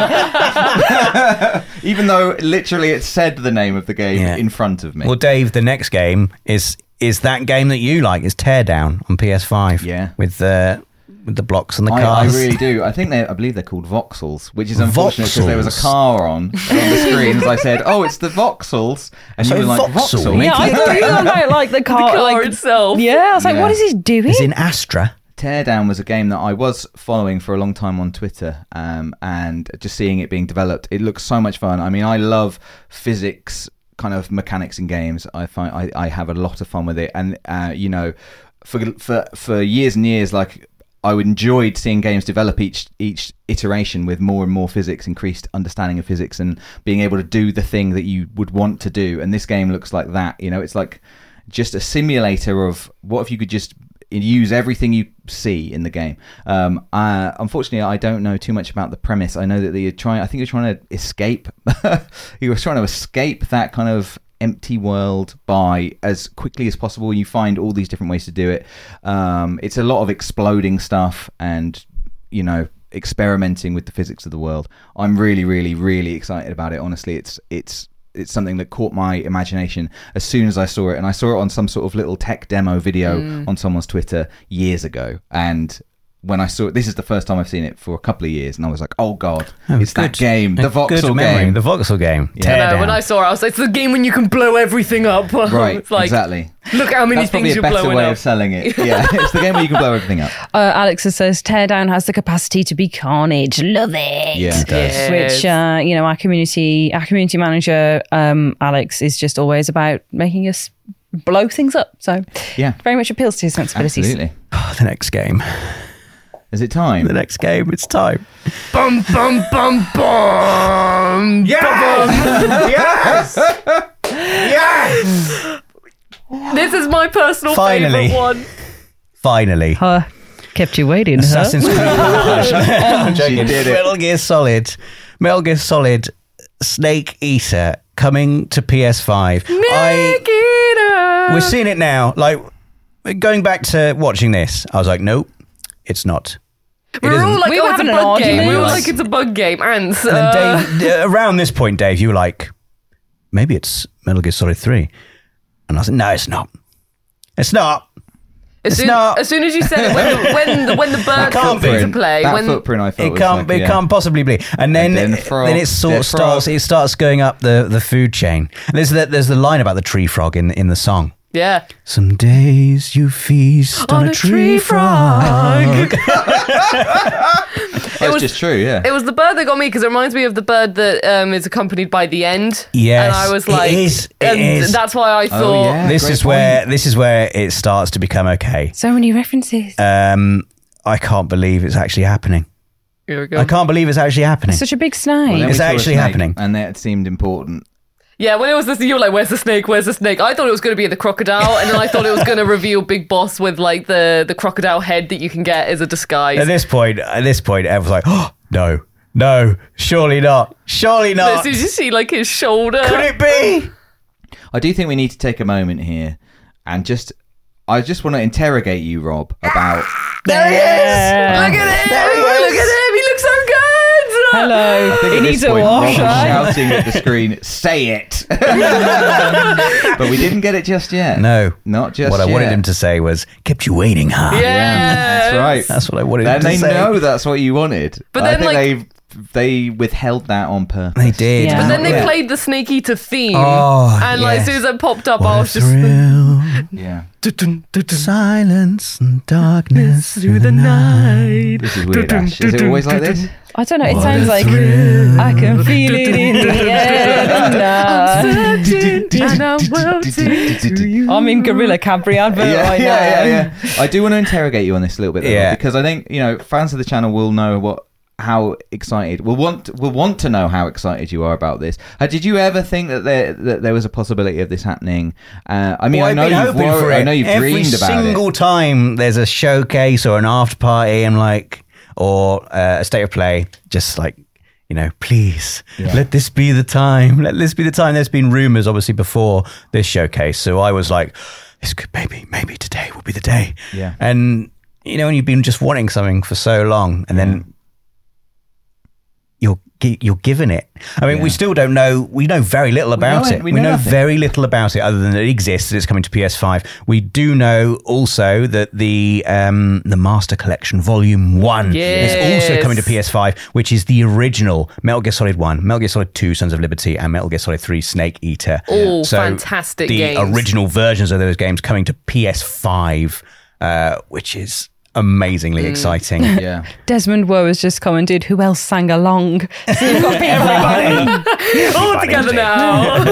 Even though literally it said the name of the game
Yeah.
in front of me.
Well, Dave, the next game is is that game that you like is Teardown on PS5.
Yeah.
with the with the blocks and the
I, I
cars.
really do. I think they, I believe they're called voxels, which is unfortunate because there was a
Voxels.
car on on the screen. As I said, oh, it's the voxels, and
So
you were like
voxel
voxel.
means-
yeah, I thought you were talking about like the car,
car
like,
itself.
Yeah, I was like,
Yeah.
what is he doing?
It's in Astra.
Teardown was a game that I was following for a long time on Twitter, um, and just seeing it being developed, it looks so much fun. I mean, I love physics kind of mechanics in games. I find I, I have a lot of fun with it, and uh, you know, for for for years and years, like I would enjoyed seeing games develop each each iteration with more and more physics, increased understanding of physics, and being able to do the thing that you would want to do. And this game looks like that. You know, it's like just a simulator of what if you could just use everything you see in the game. Um, uh, unfortunately, I don't know too much about the premise. I know that you're trying. I think you're trying to escape. you were trying to escape that kind of empty world by as quickly as possible. You find all these different ways to do it. Um, it's a lot of exploding stuff and you know experimenting with the physics of the world. I'm really, really, really excited about it. Honestly, it's it's it's something that caught my imagination as soon as I saw it, and I saw it on some sort of little tech demo video on someone's Twitter years ago, and. When I saw it, this is the first time I've seen it for a couple of years, and I was like, "Oh God, it's that game, the
A good
voxel
memory,
game,
The voxel game. Tear
No,
down.
when I saw it, I was like, it's the game when you can blow everything up.
right?
It's like,
exactly.
Look how many
That's probably
things
a
you're
better
blowing
way
up.
of selling it. Yeah, it's the game where you can blow everything up.
Uh, Alex says teardown has the capacity to be carnage. Love it.
Yeah, it does.
Yes.
Which uh, you know, our community, our community manager, um, Alex, is just always about making us blow things up. So
Yeah.
very much appeals to his sensibilities.
Absolutely.
Oh, the next game.
Is it
The
time?
next game. It's time.
bum bum bum bum.
yes. yes.
This is my personal
Finally.
favorite one.
Finally.
Huh. kept you waiting. huh?
Assassin's Creed. I'm joking.
She did it.
Metal Gear Solid. Metal Gear Solid. Snake Eater coming to PS5. I,
Nikita.
we're seeing it now. Like going back to watching this, I was like, nope, it's not. It
We were all
isn't.
like,
We
oh,
were
it's a
having an
bug game. We were
argument.
like, it's a bug game. And
And
uh,
then Dave, uh, around this point, Dave, you were like, maybe it's Metal Gear Solid 3. And I was like, no, it's not. It's not.
as,
it's
soon,
not-
as soon as you said it, when, when, the, when the bird comes
be.
into
Footprint.
play,
that
when
footprint I thought
It
was
can't.
like,
it
yeah.
can't possibly be. And then, then,
then the frog,
it sort
dead
of starts.
frog.
It starts going up the, the food chain. And there's the, there's the line about the tree frog in in the song.
yeah,
Some days you feast on, a, tree, frog.
That's
was-
just true. Yeah.
it was the bird that got me because it reminds me of the bird that um, is accompanied by the end.
Yes,
and I was
it
like,
is, it
and
is. Oh,
that's why I thought.
Oh, yeah.
This
great
is where this is where it starts to become okay.
so many references.
Um, I can't believe it's actually happening.
Here we go.
I can't believe it's actually happening.
Such a big snake.
Well, then we
It's
saw a
actually
snake,
happening.
and that seemed important.
Yeah, when it was this, you were like, "Where's the snake? Where's the snake?" I thought it was going to be the crocodile, and then I thought it was going to reveal Big Boss with like the the crocodile head that you can get as a disguise.
At this point, at this point, everyone's like, oh, no, no, surely not, surely
But
not.
as soon as you see like his shoulder,
Could it be?
I do think we need to take a moment here and just. I just want to interrogate you, Rob, about
There he is.
look at him!
There he is.
Look at him! He looks so good.
Hello.
I think
He
at this
needs a
point, Rob was
wash. right?
shouting at the screen, "Say it!" but we didn't get it just yet.
No,
not just
What I wanted
yet.
him to say was, "Kept you waiting, huh?"
Yeah,
That's right.
That's what I wanted
Then
him to
they
say.
know that's what you wanted.
But
I
then,
think they they withheld that on purpose.
They did.
Yeah. But
Then they
Yeah.
played the Snake Eater theme,
Oh,
and like as
yes.
soon as it popped up, I
What a
was just
thrill,
Yeah,
dun, dun, dun,
silence and darkness
through the night.
this is weird. Ash. Is it always like this?
I don't know. It sounds like I can feel it in the air. tonight.
and I
I'm in Gorilla Cabri advert
yeah,
right
yeah,
now.
yeah, yeah. I do want to interrogate you on this a little bit, though,
Yeah.
because I think you know fans of the channel will know what how excited will want will want to know how excited you are about this. Uh, did you ever think that there that there was a possibility of this happening? Uh, I mean,
Well,
I
I've
know
been
you've
hoping
wor-
for it.
I know you've
Every
dreamed about
single
it.
time there's a showcase or an after party, I'm like, or uh, a state of play, just like, you know, please let this be the time. Let this be the time. There's been rumors, obviously, before this showcase, so I was like, this could maybe, maybe today will be the day.
Yeah.
and you know, when you've been just wanting something for so long, and then you're gi- you're given it. I mean, we
Yeah.
still don't know. We know very little about
know-
it.
we
We, know
know nothing.
very little about it other than it exists and it's coming to PS5. We do know also that the um, the Master Collection Volume One
Yes.
is also coming to PS5, which is the original Metal Gear Solid One, Metal Gear Solid Two, Sons of Liberty, and Metal Gear Solid Three, Snake Eater.
All fantastic
The
games.
original versions of those games coming to PS5, uh, which is amazingly exciting.
Yeah.
Desmond Woe has just commented, who else sang along? So you've got people
All together now.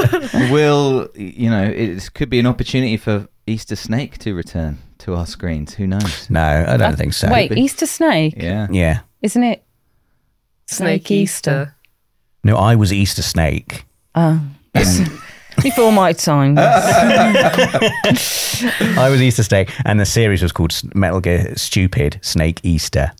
Will you know? It could be an opportunity for Easter Snake to return to our screens. Who knows?
No, I don't think so.
Wait, Easter Snake?
Yeah.
Yeah.
Isn't it?
Snake Easter.
No, I was Easter Snake.
Ah, Before my time.
I was Easter Snake, and the series was called S- Metal Gear Stupid Snake Easter.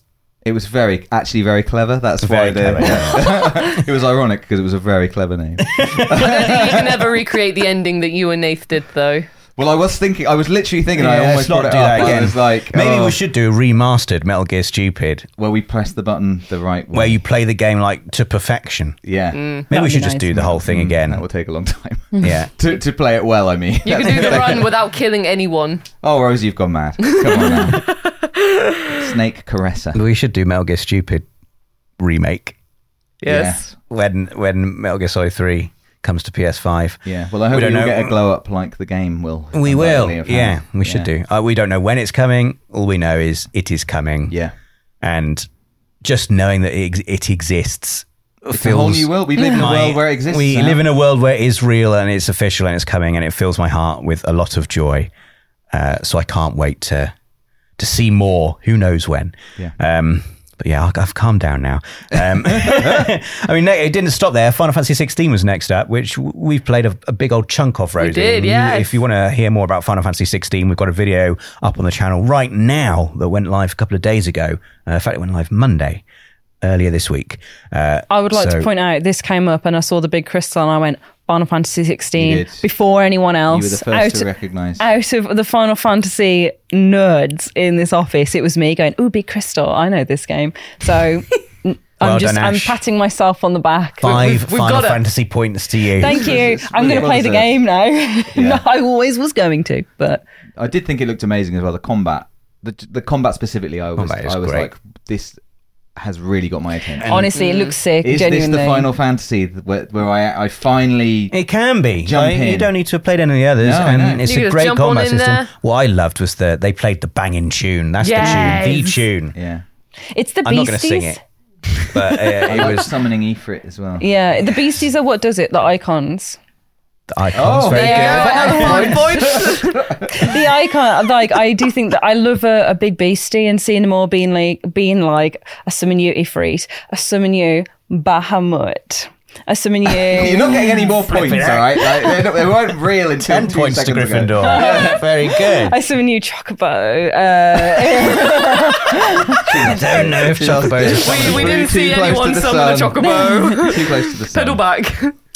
It was very, actually, very clever. That's
Very
why the,
clever,
it was ironic because it was a very clever name.
I don't think you can ever recreate the ending that you and Nath did, though.
well, I was thinking, I was literally thinking, I
Yeah,
almost
let's not
brought it
do
up.
that again.
I was like,
Maybe
oh,
we should do a remastered Metal Gear Stupid
Well, we pressed the button the right way.
where you Mm. play the game like to perfection.
yeah,
Maybe
That'd
we
be
should just
nice.
do the whole thing again.
Mm, that will take a long time
Yeah.
to to play it well. I mean,
You can do the run without killing anyone.
oh, Rosie, you've gone mad. Come on, now. Snake Caresser.
We should do Metal Gear Stupid remake
Yes.
when when Metal Gear Solid 3 comes to PS5.
Yeah. yeah. Well, I hope
don't
you'll
know.
get a glow up like the game will.
We will.
Unlikely of
Yeah,
having.
we should
Yeah.
do. Uh, we don't know when it's coming. All we know is it is coming.
Yeah.
And just knowing that it, ex- it exists
It's a
feels
whole new world. We live in a
my-
world where it exists.
We
now.
live in a world where it is real and it's official and it's coming and it fills my heart with a lot of joy. Uh, so I can't wait to to see more. Who knows when?
Yeah.
Um, but yeah, I- I've calmed down now. Um, I mean, no, it didn't stop there. Final Fantasy 16 was next up, which w- we've played a, a big old chunk of. Rosie,
did, yes.
If you want to hear more about Final Fantasy 16, we've got a video up on the channel right now that went live a couple of days ago. Uh, in fact, it went live Monday earlier this week. Uh,
I would like
so-
to point out this came up and I saw the big crystal and I went, Final Fantasy
You
16
did.
before anyone
You
else.
were the first
out,
to recognise.
out of the Final Fantasy nerds in this office, it was me going, Ooh, big crystal. I know this game. So n- I'm
Well
just,
done,
I'm
Ash.
patting myself on the back.
Five
we've
Final
got it.
Fantasy points to you.
Thank you.
it's
I'm
really
going to
well
play the
deserved.
game now. no, I always was going to, but
I did think it looked amazing as well. The combat, the the combat specifically, I was
Combat is
I was
great.
like, this has really got my attention.
honestly, it looks sick.
Is
genuinely.
this the Final Fantasy th- where, where I I finally?
It can be.
Jump
Like, You
in.
don't need to have played any of the others,
No,
and
no.
it's
You
a
just
great
jump on
combat
in
system.
there.
What I loved was the they played the banging tune. That's the tune, the
Yes.
tune.
Yeah,
It's the
I'm not
Beasties.
going to sing it, but uh, it
I was
was
summoning Ifrit as well.
Yeah, the Beasties are what does it? The icons.
the icons.
Oh,
very
there
good.
Five points.
the icon like i do think that i love a, a big beastie and seeing them all being like being like i summon you ifrit i summon you bahamut i summon
You're
you
not getting any more points, all right? Like, they're not, they weren't real until
Ten
two
points to
seconds ago.
Gryffindor. very good.
I summon you Chocobo. Uh,
I don't know if Chalbo is
We, we didn't
Too
see
close to
anyone
the
summon
sun.
a chocobo.
Too close to the sun.
Pedal back.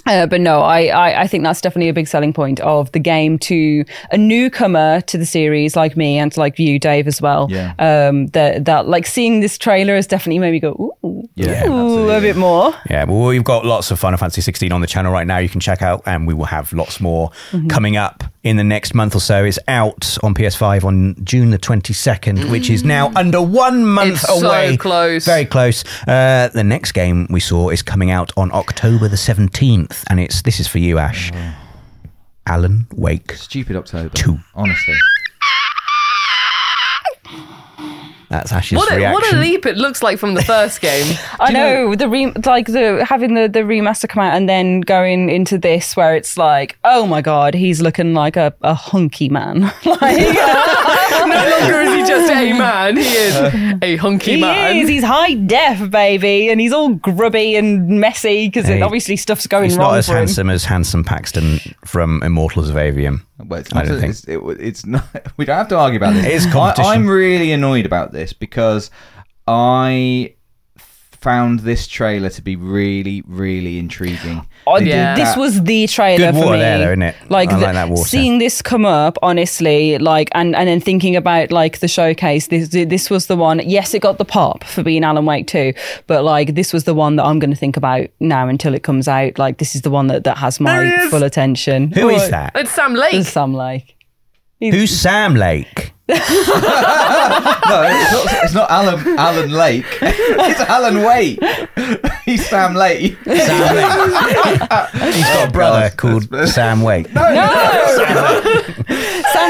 uh, but no, I, I, I think that's definitely a big selling point of the game to a newcomer to the series like me and like you, Dave, as well.
Yeah.
Um, that, that like seeing this trailer has definitely made me go, ooh,
Yeah,
ooh a
absolutely.
bit more.
Yeah, well, we've got lots of Final Fantasy 16 on the channel right now. You can check out, and we will have lots more
Mm-hmm.
coming up in the next month or so. It's out on PS5 on June the 22nd, which is now under one month
Mm. It's so
away.
close.
Very close. Uh, the next game we saw is coming out on October the 17th, and it's this is for you, Ash. Alan Wake.
Stupid October.
Two.
Honestly.
That's Ash's
What a,
reaction.
what a leap it looks like from the first game.
I know, the re- like the having the the remaster come out and then going into this where it's like, oh my god, he's looking like a, a hunky man. like
no longer is he just a man, he is a hunky
he
man.
is, he's high def, baby, and he's all grubby and messy because
Hey,
obviously stuff's going
He's
wrong
not as
for him.
handsome as Handsome Paxton from Immortals of Avium.
Well, it's
I
not,
don't think.
it's, it, it's not. We don't have to argue about this.
It is competition.
I, am really annoyed about this because I found this trailer to be really, really intriguing.
I-
They did
Oh, Yeah.
This
that-
was the trailer
Good
for
water
me.
there, though, isn't it?
Like,
I
the-
like that water.
seeing this come up, honestly, like, and, and then thinking about like the showcase. This this was the one. Yes, it got the pop for being Alan Wake too, but like this was the one that I'm going to think about now until it comes out. Like, this is the one that that has
There he
my
is.
full attention.
Who is that?
It's Sam Lake.
Some like
Who's Sam Lake?
No, it's not, it's not Alan Alan Lake. It's Alan Wake. He's Sam Lake.
Sam
Oh,
He's got a brother called Sam Wake.
Sam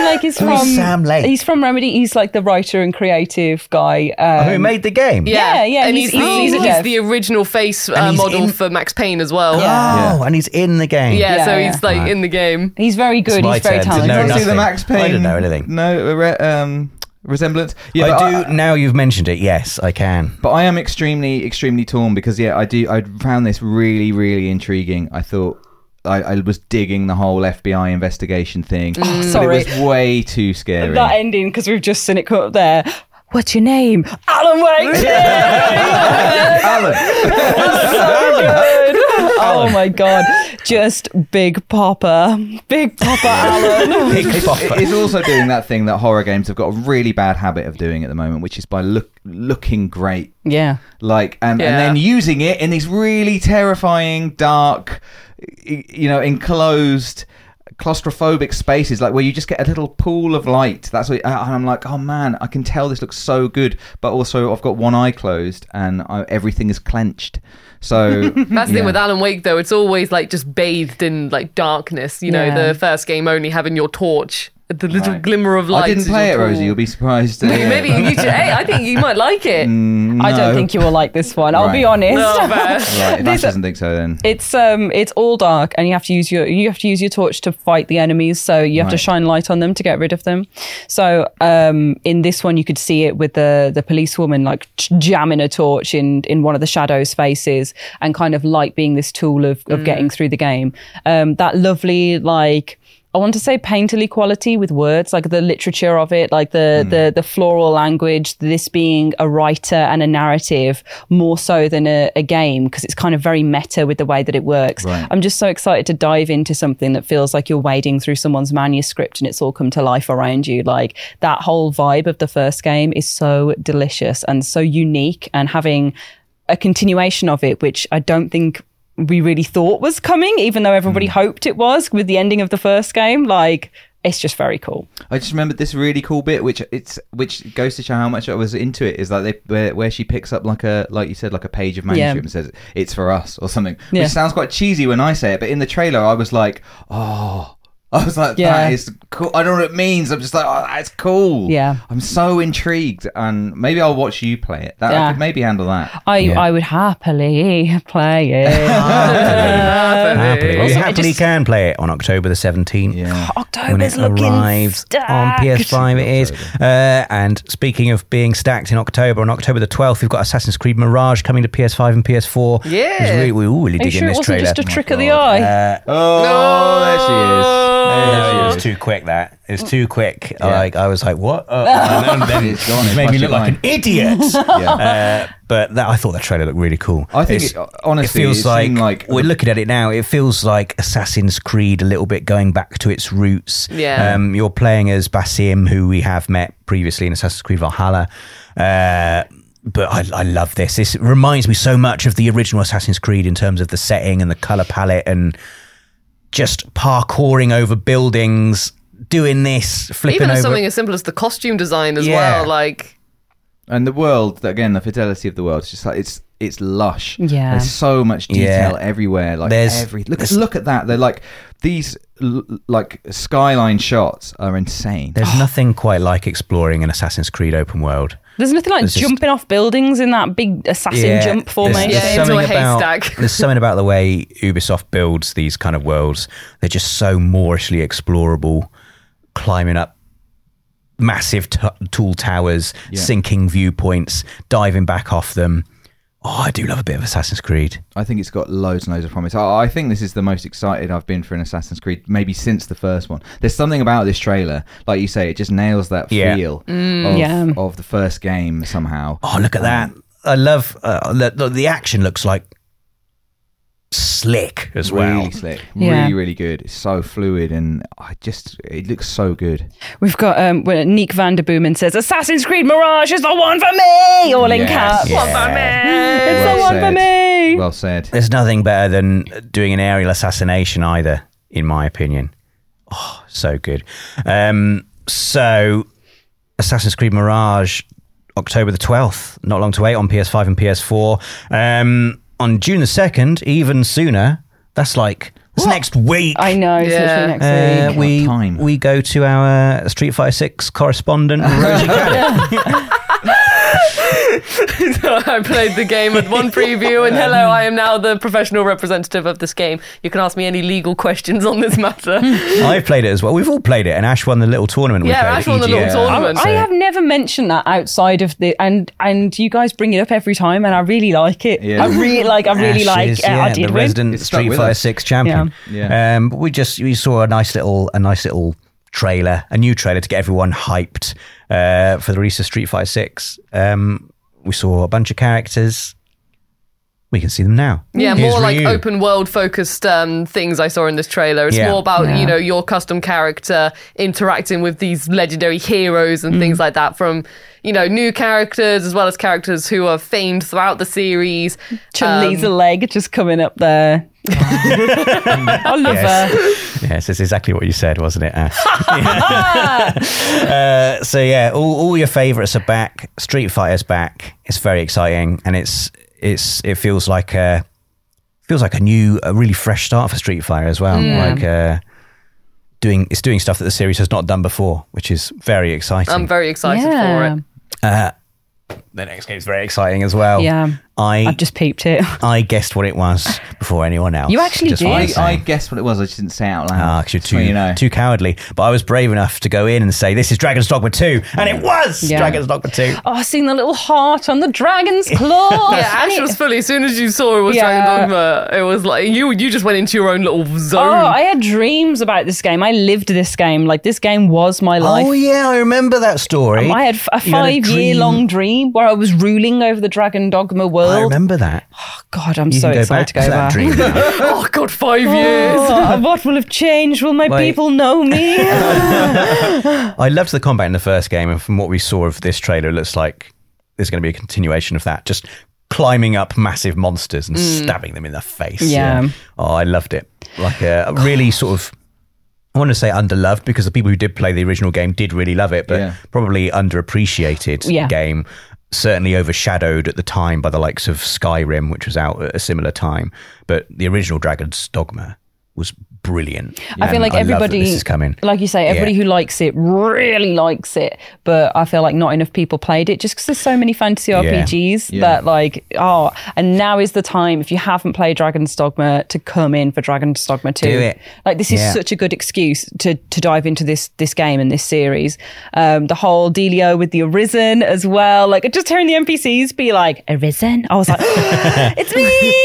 like he's
Who is
from
Sam Lake?
He's from Remedy. He's like the writer and creative guy. Um,
Oh, Who made the game?
Yeah, yeah,
And
he's-
he's,
he's-
the,
he's a
he's
dev.
the original face uh,
he's
model
in-
for Max Payne as well.
Oh, and he's in the game.
Yeah,
Yeah,
so
yeah.
he's like in the game.
He's very good.
my
He's very
turn to
Did
know
you
talented.
not see the
nothing.
Max Payne?
I don't know anything.
No uh, re- um, resemblance. Yeah, but
I do now you've mentioned it. Yes, I can.
But I am extremely, extremely torn because yeah, I do. I found this really, really intriguing. I thought I, I was digging the whole FBI investigation thing. but
Mm. sorry.
it was way too scary.
That ending because we've just seen it cut up there. What's your name? Alan Wake.
Alan,
so good. Oh my god, just Big Papa, Big Papa Alan.
Big
it
Bopper.
is also doing that thing that horror games have got a really bad habit of doing at the moment, which is by look looking great,
Yeah.
like and, and
Yeah.
then using it in these really terrifying, dark, y- you know, enclosed. Claustrophobic spaces, like where you just get a little pool of light. That's what, and I'm like, oh man, I can tell this looks so good, but also I've got one eye closed and I, everything is clenched. So
That's the
yeah.
thing with Alan Wake though; it's always like just bathed in like darkness. You know,
Yeah.
the first game only having your torch, the little
Right.
glimmer of light.
I didn't
as
play it,
your tool.
Rosie. You'll be surprised.
Maybe, maybe you should. Hey, I think you might like it.
I don't think you will like this one. I'll be
Right.
honest.
Oh, man.
Right, if Ash
This-
doesn't think so, then
It's um, it's all dark, and you have to use your you have to use your torch to fight the enemies. So you have to
Right.
shine light on them to get rid of them. So um, in this one, you could see it with the the policewoman like ch- jamming a torch in in one of the shadows' faces, and kind of light being this tool of of getting through the game. Um, that lovely like. I want to say painterly quality with words, like the literature of it, like the, the the floral language. This being a writer and a narrative more so than a, a game because it's kind of very meta with the way that it works.
Right.
I'm just so excited to dive into something that feels like you're wading through someone's manuscript and it's all come to life around you. Like that whole vibe of the first game is so delicious and so unique, and having a continuation of it, which I don't think we really thought was coming, even though everybody
Hmm.
hoped it was with the ending of the first game. Like, it's just very cool.
I just remembered this really cool bit, which it's which goes to show how much I was into it. Is like they where, where she picks up like a like you said like a page of manuscript
Yeah.
and says it's for us or something,
Yeah.
which sounds quite cheesy when I say it, but in the trailer I was like, oh, I was like,
Yeah.
that is cool. I don't know what it means. I'm just like, oh, that's cool.
Yeah.
I'm so intrigued, and maybe I'll watch you play it. That
Yeah.
I could maybe handle that.
I,
Yeah.
I would happily play it.
Oh,
Happily. we
Also, I
happily
just-
can play it on October the 17th.
Yeah.
When it
October's looking
arrives on
stacked.
PS5, it is. Uh, and speaking of being stacked in October, on October the 12th, we've got Assassin's Creed Mirage coming to PS5 and PS4.
Yeah.
It's really, we're all really
Are you
digging
sure it
this
wasn't
trailer.
just a trick of the eye?
Oh, there she is. There she
No,
is.
it was too quick. That it was too quick.
Yeah.
Like I was like, what? Uh, and then, then
It's gone,
it
it's
made me
busted
look like
line.
an idiot.
Yeah.
Uh, but that I thought that trailer looked really cool.
I think
It's-
it- honestly,
feels
it
like,
seemed like-
we're looking at it now. It feels like Assassin's Creed a little bit going back to its roots.
Yeah.
um, you're playing as Basim, who we have met previously in Assassin's Creed Valhalla. Uh, but I, I love this. This reminds me so much of the original Assassin's Creed in terms of the setting and the color palette and just parkouring over buildings, doing this, flipping
Even
over.
as something as simple as the costume design as
Yeah.
well, like
and the world that- again the fidelity of the world it's just like it's it's lush
Yeah.
there's so much
Yeah.
detail everywhere like
There's-
every look at look at that they're like these l- like skyline shots are insane
There's nothing quite like exploring an Assassin's Creed open world.
There's nothing like
just-
jumping off buildings in that big assassin jump formation.
there's Yeah, into a haystack.
about, there's something about the way Ubisoft builds these kind of worlds. They're just so moorishly explorable, climbing up massive t- tall towers,
Yeah.
sinking viewpoints, diving back off them. Oh, I do love a bit of Assassin's Creed.
i think it's got loads and loads of promise I, I think this is the most excited i've been for an assassin's creed maybe since the first one there's something about this trailer like you say it just nails that
Yeah.
feel of,
Mm, Yeah.
of the first game somehow
Oh, look at that! I love uh, the, the- the action. Looks like slick as well.
Really slick,
Yeah.
really, really good. It's so fluid, and I just—it looks so good.
We've got um, when Nick van der Boomen says, Assassin's Creed Mirage is the one for me! All in
Yes.
caps.
Yeah.
It's
Well
the one for
said.
me!
Well said.
There's nothing better than doing an aerial assassination either, in my opinion. Oh, so good. Um, so, Assassin's Creed Mirage, October the 12th, not long to wait on PS5 and PS4. Um, on June the 2nd, even sooner, that's like It's next week.
I know. It's
Yeah.
literally next
Uh,
week.
we
What time?
we go to our Street Fighter Six correspondent Rosie Cannon.
I played the game with one preview, and hello, I am now the professional representative of this game. You can ask me any legal questions on this matter.
I've played it as well. We've all played it, and Ash won the little tournament. we
Yeah,
played E
Ash
at
won the little
EGX.
tournament.
I have never mentioned that outside of the and and you guys bring it up every time, and I really like it.
Yeah.
I really like. I really
Ash
like.
is,
uh, I
yeah,
did
the
win.
resident
It's stuck
Street
with
Fighter
us.
Six champion.
Yeah. Yeah.
Um, but we just we saw a nice little a nice little trailer, a new trailer to get everyone hyped uh, for the release of Street Fighter Six. Um, we saw a bunch of characters. We can see them now.
Yeah,
Here's
more like
Ryu.
open world focused um, things I saw in this trailer. It's
Yeah.
more about you know your custom character interacting with these legendary heroes and
Mm.
things like that from you know new characters as well as characters who are famed throughout the series.
Chun-Li's
Um,
leg just coming up there. I love her.
Yes, that's exactly what you said, wasn't it, Ash? uh, so yeah, all, all your favourites are back. Street Fighter's back. It's very exciting, and it's it's it feels like a feels like a new, a really fresh start for Street Fighter as well. Like uh, doing it's doing stuff that the series has not done before, which is very exciting.
I'm very excited
Yeah.
for it.
the next game's very exciting as well.
Yeah.
I
I've just peeped it.
I guessed what it was before anyone else.
You actually
Just
did?
wanna
I,
say.
I guessed what it was. I just didn't say it out loud.
Ah, 'cause you're
Just so
too,
you know.
too cowardly. But I was brave enough to go in and say, this is Dragon's Dogma 2. And it was
Yeah.
Dragon's Dogma 2.
Oh, I've seen the little heart on the dragon's claw.
Yeah, Ash was fully as soon as you saw it was
Yeah.
Dragon Dogma, it was like you you just went into your own little
Oh,
zone.
I had dreams about this game. I lived this game. Like this game was my life.
Oh, yeah, I remember that story.
I had f- a
You had a
five year long dream where I was ruling over the Dragon Dogma world. Oh,
I remember that.
God, I'm
You
so
can go
excited
back
to go
that
back.
dream now.
oh god, five years.
Oh, what will have changed? Will my
Like-
people know me?
I loved the combat in the first game. And from what we saw of this trailer, it looks like there's going to be a continuation of that. Just climbing up massive monsters and stabbing them in the face.
Mm. Yeah.
Oh, I loved it. Like a a really sort of. I want to say underloved because the people who did play the original game did really love it, but
Yeah.
probably underappreciated
Yeah.
game. Certainly overshadowed at the time by the likes of Skyrim, which was out at a similar time. But the original Dragon's Dogma was brilliant.
I
And
feel like
love that
everybody,
this is coming.
like you say, everybody who likes it really likes it. But I feel like not enough people played it just because there's so many fantasy RPGs
Yeah.
that, like, oh, and now is the time if you haven't played Dragon's Dogma to come in for Dragon's Dogma 2.
Do it.
Like, this is
Yeah.
such a good excuse to to dive into this this game and this series. Um, the whole dealio with the Arisen as well. Like, just hearing the NPCs be like, Arisen? I was like, it's me!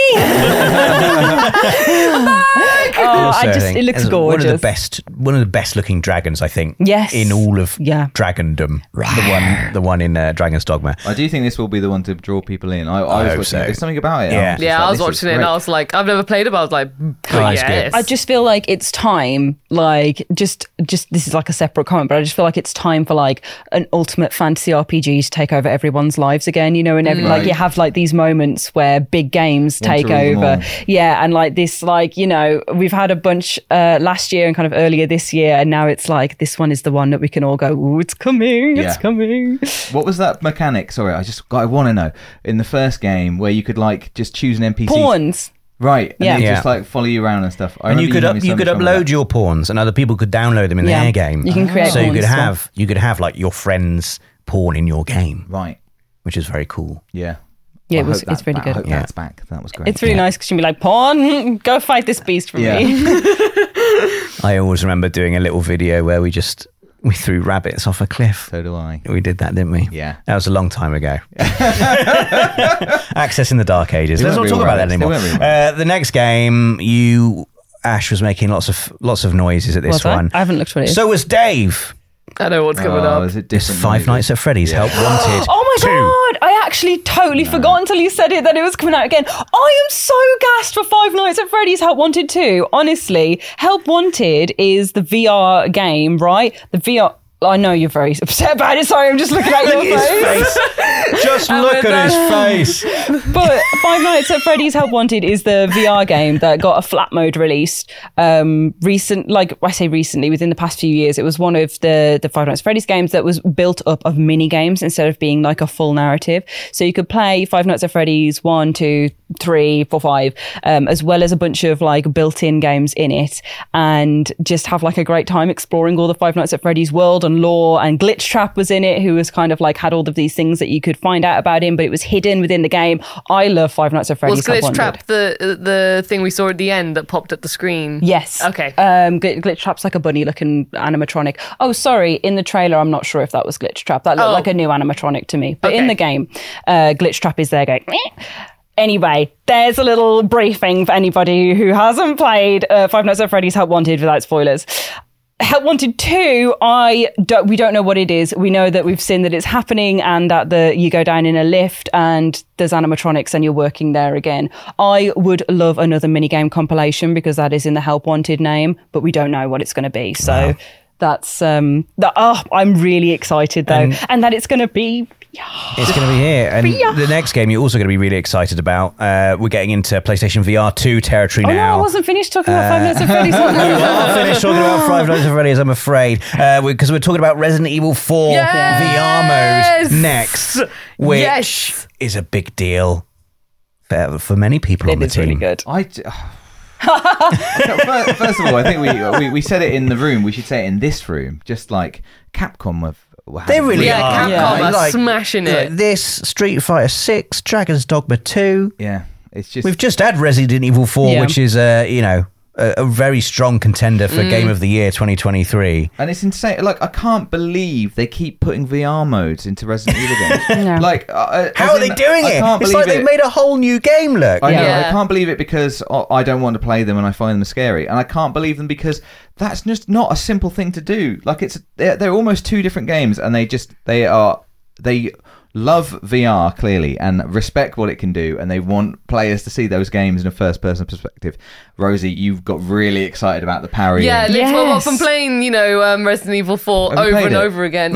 Oh, I
Also,
just,
think
it looks
it's
gorgeous.
One of the best, one of the best looking dragons, I think.
Yes.
In all of
Yeah.
Dragondom, the one, the one in uh, Dragon's Dogma.
I do think this will be the one to draw people in. I, I, was
hope
watching
so.
it. There's something about it.
Yeah.
just
Yeah,
like,
I was
this
watching
looks
it and I
great.
was like, I've never played it, but I was like,
Oh,
oh,
it's good.
yes.
I just feel like it's time, like just just this is like a separate comment, but I just feel like it's time for like an ultimate fantasy RPG to take over everyone's lives again, you know, and every, like
Right.
you have like these moments where big games
Want to
take
rule them
over.
all.
Yeah, and like this, like, you know, we've had a bunch uh, last year and kind of earlier this year, and now it's like this one is the one that we can all go, Ooh, it's coming,
Yeah.
it's coming.
What was that mechanic? Sorry, I just I want to know. In the first game, where you could like just choose an NPC,
Pawns.
right? And
Yeah.
they
Yeah.
just like follow you around and stuff. I
And
remember
you could
having
up,
so
you could
much fun with
upload
that.
your pawns, and other people could download them in
Yeah.
their game.
You can create
so you
pawns
could
as well.
have you could have like your friend's pawn in your game,
right.
which is very cool.
Yeah,
Yeah,
I
it was,
hope that-
it's really
that- I
good.
hope
Yeah.
that's back. That was great.
It's really nice because you can be like, Pawn, go fight this beast for
Yeah.
me.
I always remember doing a little video where we just we threw rabbits off a cliff.
so do I.
We did that, didn't we?
Yeah.
That was a long time ago. Accessing the Dark Ages.
They
Let's not
weren't
talk
real
about that
rabbits. They
anymore.
weren't real
Uh, the next game, you Ash was making lots of lots of noises at this
Was I?
one.
I haven't looked what it is.
So was Dave.
I know what's coming
Oh,
up.
is it
It's
different?
Five
maybe?
Nights at Freddy's. Help Wanted.
Oh my
two.
god! I actually totally forgot until you said it that it was coming out again. I am so gassed for Five Nights at Freddy's Help Wanted 2. Honestly, Help Wanted is the VR game, right? The VR. I know you're very upset about it. Sorry, I'm just looking at your
His
face.
face. Just look
we're
at his face.
But Five Nights at Freddy's Help Wanted is the VR game that got a flat mode released um, recent, like I say recently, within the past few years. It was one of the the Five Nights at Freddy's games that was built up of mini games instead of being like a full narrative. So you could play Five Nights at Freddy's one, two, three, four, five, um, as well as a bunch of like built-in games in it, and just have like a great time exploring all the Five Nights at Freddy's world and lore. And Glitch Trap was in it, who was kind of like had all of these things that you could find out about him, but it was hidden within the game. I love Five Nights at
Was
Freddy's. Help
Glitch
Wanted.
Trap the the thing we saw at the end that popped up the screen?
Yes.
Okay.
Um, Gl- Glitch Trap's like a bunny-looking animatronic. Oh, sorry. In the trailer, I'm not sure if that was Glitch Trap. That looked
Oh.
like a new animatronic to me. But in
Okay.
the game, uh, Glitch Trap is there going. "Meh." Anyway, there's a little briefing for anybody who hasn't played uh, Five Nights at Freddy's Help Wanted without spoilers. Help Wanted 2, I don't, we don't know what it is. We know that we've seen that it's happening and that the you go down in a lift and there's animatronics and you're working there again. I would love another minigame compilation because that is in the Help Wanted name, but we don't know what it's going to be. So that's um that oh, I'm really excited though. And, that it's going to be
It's going to be here. And the next game you're also going to be really excited about. Uh, we're getting into PlayStation VR 2 territory
Oh
now.
no, I wasn't finished talking about Five Nights at Freddy's. Help Wanted.
I'll finish talking about Five Nights at Freddy's, I'm afraid, because we, 'cause we're talking about Resident Evil 4
Yes!
VR mode next, which
Yes.
is a big deal for, for many people on
It
the
is really
team.
good.
I. d- first, first of all, I think we, we we said it in the room. We should say it in this room. Just like Capcom have. have
They really
Yeah,
are.
Capcom are smashing it.
like this Street Fighter 6, Dragon's Dogma 2.
Yeah, it's just
We've just had Resident Evil 4,
Yeah.
which is, uh, you know, a, a very strong contender for
Mm.
Game of the Year 2023.
And it's insane. Like I can't believe they keep putting VR modes into Resident Evil games.
No.
Like uh,
How
as
are they
in,
doing
I
it?
Can't
It's
believe
like they've
it.
made a whole new game, look.
I know.
Yeah.
I can't believe it because oh, I don't want to play them and I find them scary, and I can't believe them because that's just not a simple thing to do. Like it's they're, they're almost two different games, and they just they are they love VR clearly and respect what it can do, and they want players to see those games in a first-person perspective. Rosie, you've got really excited about the parry.
Yeah,
and-
Liz yes. will
Yes.
complain, you know, um, Resident Evil 4
Have you
over
played
and
it?
over again.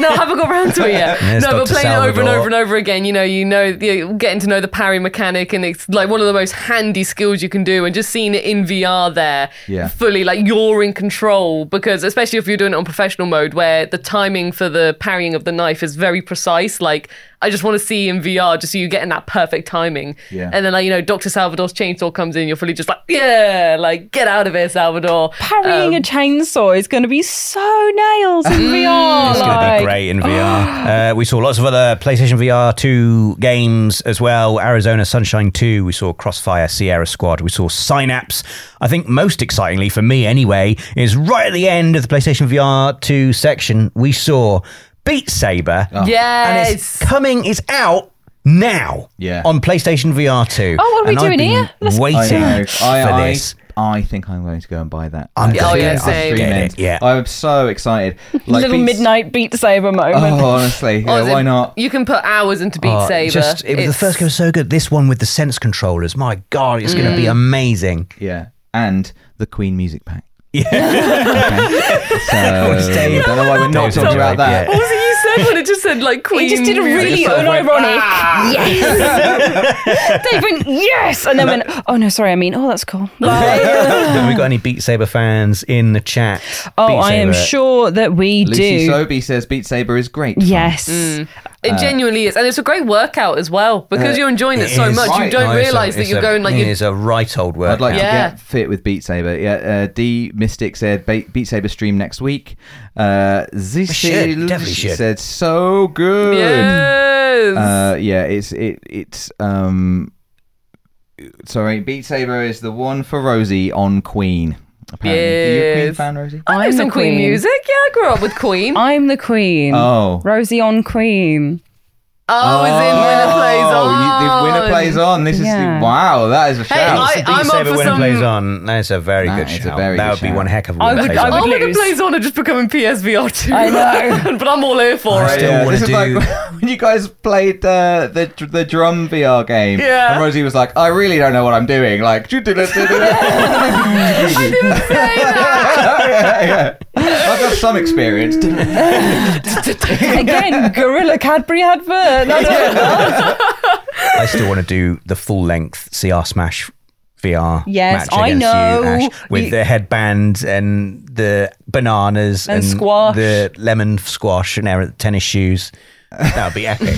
no, I haven't got around to it yet.
Yes,
no, but
Dr.
playing it over and
Salvador.
over and over again, you know, you know, you getting to know the parry mechanic and it's like one of the most handy skills you can do and just seeing it in VR there
Yeah.
fully, like you're in control because especially if you're doing it on professional mode where the timing for the parrying of the knife is very precise, like I just want to see in VR just so you're getting that perfect timing.
Yeah.
And then like, you know, Dr. Salvador's chainsaw comes in, you're fully just like, yeah, like get out of here, Salvador.
Parrying a chainsaw is going to be so nails in VR.
It's going to
like- oh.
be great in VR. uh, we saw lots of other PlayStation VR 2 games as well. Arizona Sunshine 2, we saw Crossfire Sierra Squad, we saw Synapse. I think most excitingly for me anyway is right at the end of the PlayStation VR 2 section, we saw Beat Saber.
Oh.
And it's
Yes.
coming, it's out now
Yeah.
on PlayStation VR 2.
Oh, what are we
And I've
doing
been
here? Let's-
I
waiting
know.
for
I,
this.
I, I think I'm going to go and buy that.
I'm
That's
gonna
it.
get it.
That's
same.
three
Get
minutes.
it, yeah.
I'm so excited. Like
little
Beats-
midnight Beat Saber moment.
Oh, honestly, yeah,
Honestly,
why not?
You can put hours into Beat
Oh,
Saber.
Just, it was, the
It's-
first game was so good. This one with the sense controllers, my god, it's going to be
Mm.
amazing.
Yeah, and the Queen music pack.
I
Yeah.
was
So,
telling you.
don't know why we're not
Dave's not
talking about
right
that.
What was it you said when it just said like Queen?
He just did a
music?
really
sort of went,
unironic
"Ah!"
yes. they went yes, and then went oh no, sorry, I mean oh that's cool.
Have we got any Beat Saber fans in the chat?
oh,
Beat
I am
Saber.
sure that we
Lucy
do.
Sobey says Beat Saber is great.
yes.
It genuinely is, and it's a great workout as well because you're enjoying it,
It
so
is.
much. You
Right.
don't
No, it's a-
realize that
it's
you're
a-
going like
it
you're
is a right old word.
I'd like
now.
Yeah.
to get fit with Beat Saber. Yeah, uh, D Mystic said Be- Beat Saber stream next week. Uh,
should, definitely
Zisil
should.
said so good.
yes.
Uh, yeah, it's it it's um. Sorry, Beat Saber is the one for Rosie on Queen. Apparently, are you a Queen
Yes.
fan, Rosie?
I know
I'm
some
the
Queen
queen.
music. Yeah, I grew up with Queen. oh,
I'm the queen.
Oh.
Rosie on queen.
is in Winner Plays
Oh, you- the winner
on.
plays on. This is
Yeah.
the, wow. That is a shout.
I-
Beat
I'm up
Saber
for
winner
some-
plays on. That's a very
That
good
is a
shout.
very
that
good
would be
shout.
one heck of a
I
winner
would-
plays
I
on.
would
Oh, when it
lose.
plays on, are just becoming PSVR two.
I know.
but I'm all here for
I
it.
still wanna
this is
do-
like when you guys played uh, the the drum VR game.
Yeah.
And Rosie was like, I really don't know what I'm doing. Like, yeah,
I didn't say that.
yeah. I've got some experience.
Again, Gorilla Cadbury advert. That's
I still want to do the full length CR Smash VR
Yes,
match
I
against
know.
you, Ash, with
You-
the headband and the bananas
And squash.
the lemon squash, and air- tennis shoes. That would be epic.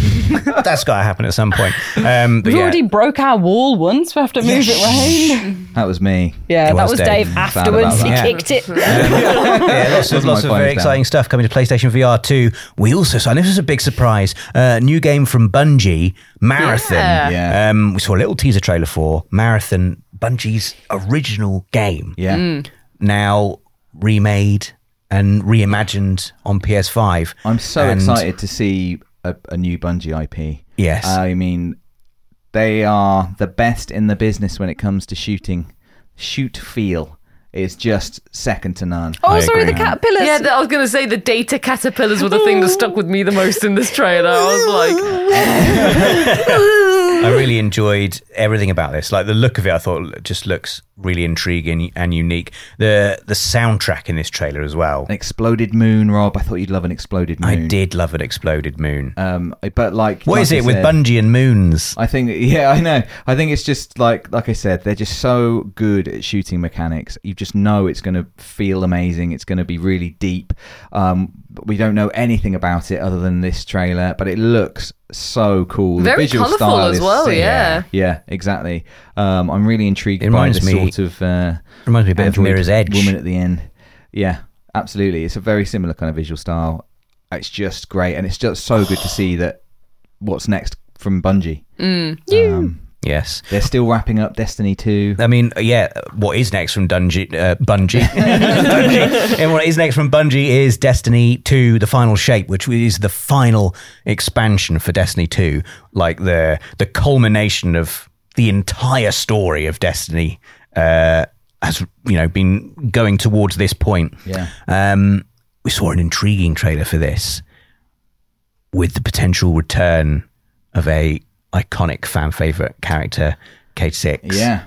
That's got to happen at some point. Um, but
We've
yeah.
already broke our wall once. We have to move it round.
That was me.
Yeah,
It
that
was
was
Dave.
Dave.
about
Afterwards,
that.
he
Yeah.
kicked it.
yeah, lots of, lots
Wasn't my
of
finest
very
hour.
exciting stuff coming to PlayStation VR 2. We also saw, and this was a big surprise, uh, new game from Bungie, Marathon.
Yeah.
Yeah.
Um, we saw a little teaser trailer for Marathon, Bungie's original game,
Yeah.
Mm.
now remade and reimagined on PS5.
I'm so
And-
excited Uh, to see a, a new Bungie IP.
Yes.
I mean, they are the best in the business when it comes to shooting. Shoot feel is just second to none.
Oh,
I
sorry,
agree.
the caterpillars.
Yeah, I was gonna say the data caterpillars were the thing that stuck with me the most in this trailer. I was like,
I really enjoyed everything about this. Like the look of it, I thought it just looks really intriguing and unique. The the soundtrack in this trailer as well.
An exploded moon, Rob. I thought you'd love an exploded moon.
I did love an exploded moon.
Um, but like,
What
like
is
I
it with
said-
Bungie and moons?
I think, yeah, I know. I think it's just like, like I said, they're just so good at shooting mechanics. You just know it's going to feel amazing. It's going to be really deep. Um, but we don't know anything about it other than this trailer, but it looks so cool. The
Very
visual
colourful
style
as
is
well,
sick.
yeah.
yeah, exactly. Um, I'm really intrigued
It
by
reminds
this
me-
sort of uh,
Reminds me a bit of
Android
Mirror's Edge.
woman at the end. Yeah, absolutely. It's a very similar kind of visual style. It's just great, and it's just so good to see that what's next from Bungie. Um,
Yes.
they're still wrapping up Destiny 2.
I mean, yeah. What is next from Dungie, uh, Bungie? Bungie. And what is next from Bungie is Destiny Two: The Final Shape, which is the final expansion for Destiny Two, like the the culmination of the entire story of Destiny uh, has you know been going towards this point.
Yeah.
Um, we saw an intriguing trailer for this with the potential return of a iconic fan favorite character, K6.
Yeah.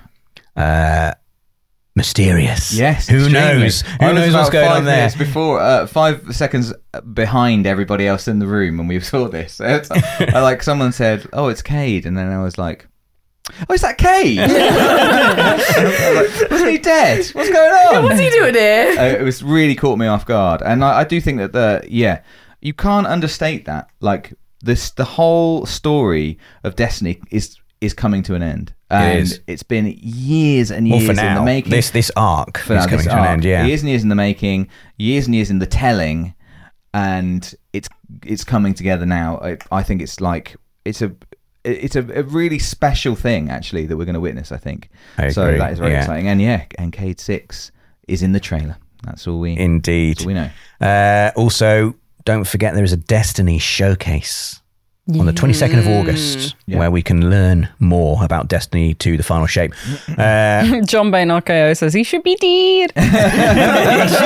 Mysterious.
Yes.
Who
extremely.
knows?
I
Who
was
knows what's
about
going
five
on there?
minutes Before uh, five seconds behind everybody else in the room when we saw this, It's- I, like someone said, "Oh, it's Cade," and then I was like, "Oh, is that Cade? I was like, Wasn't he dead? What's going on?"
what's he doing here?
uh, it was really caught me off guard, and I, I do think that the yeah, you can't understate that. Like this, the whole story of Destiny is is coming to an end, and
is.
it's been years and
Well,
years
for
in the
now,
making.
this this arc
For
is
now,
coming
this
to an
arc.
end. Yeah.
years and years in the making, years and years in the telling, and it's it's coming together now. I, I think it's like it's a it's a, a really special thing actually that we're going to witness. I think
I
so.
agree,
That is very
yeah.
exciting, and yeah, and Cade Six is in the trailer. That's all we
Indeed.
that's all we know.
Uh, also, don't forget there is a Destiny showcase on the 22nd of August
Yeah.
where we can learn more about Destiny 2 The Final Shape. Uh,
John Bain RKO says he should be dead.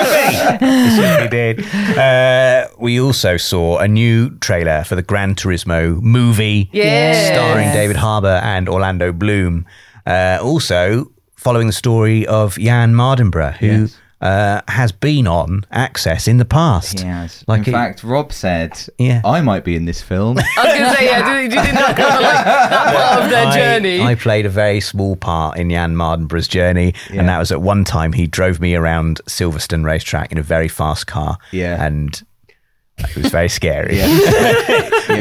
we did. Uh, we also saw a new trailer for the Gran Turismo movie
Yeah.
starring David Harbour and Orlando Bloom. Uh, also, following the story of Jan Mardenborough, who.
Yes.
Uh, has been on Access in the past.
He has.
Like
in
it-
fact, Rob said,
Yeah.
I might be in this film."
I was gonna say, yeah, did, did not kind of like that part of their
I-
journey?
I played a very small part in Jan Mardenborough's journey,
Yeah.
and that was at one time he drove me around Silverstone racetrack in a very fast car.
Yeah.
and it was very scary.
Yeah.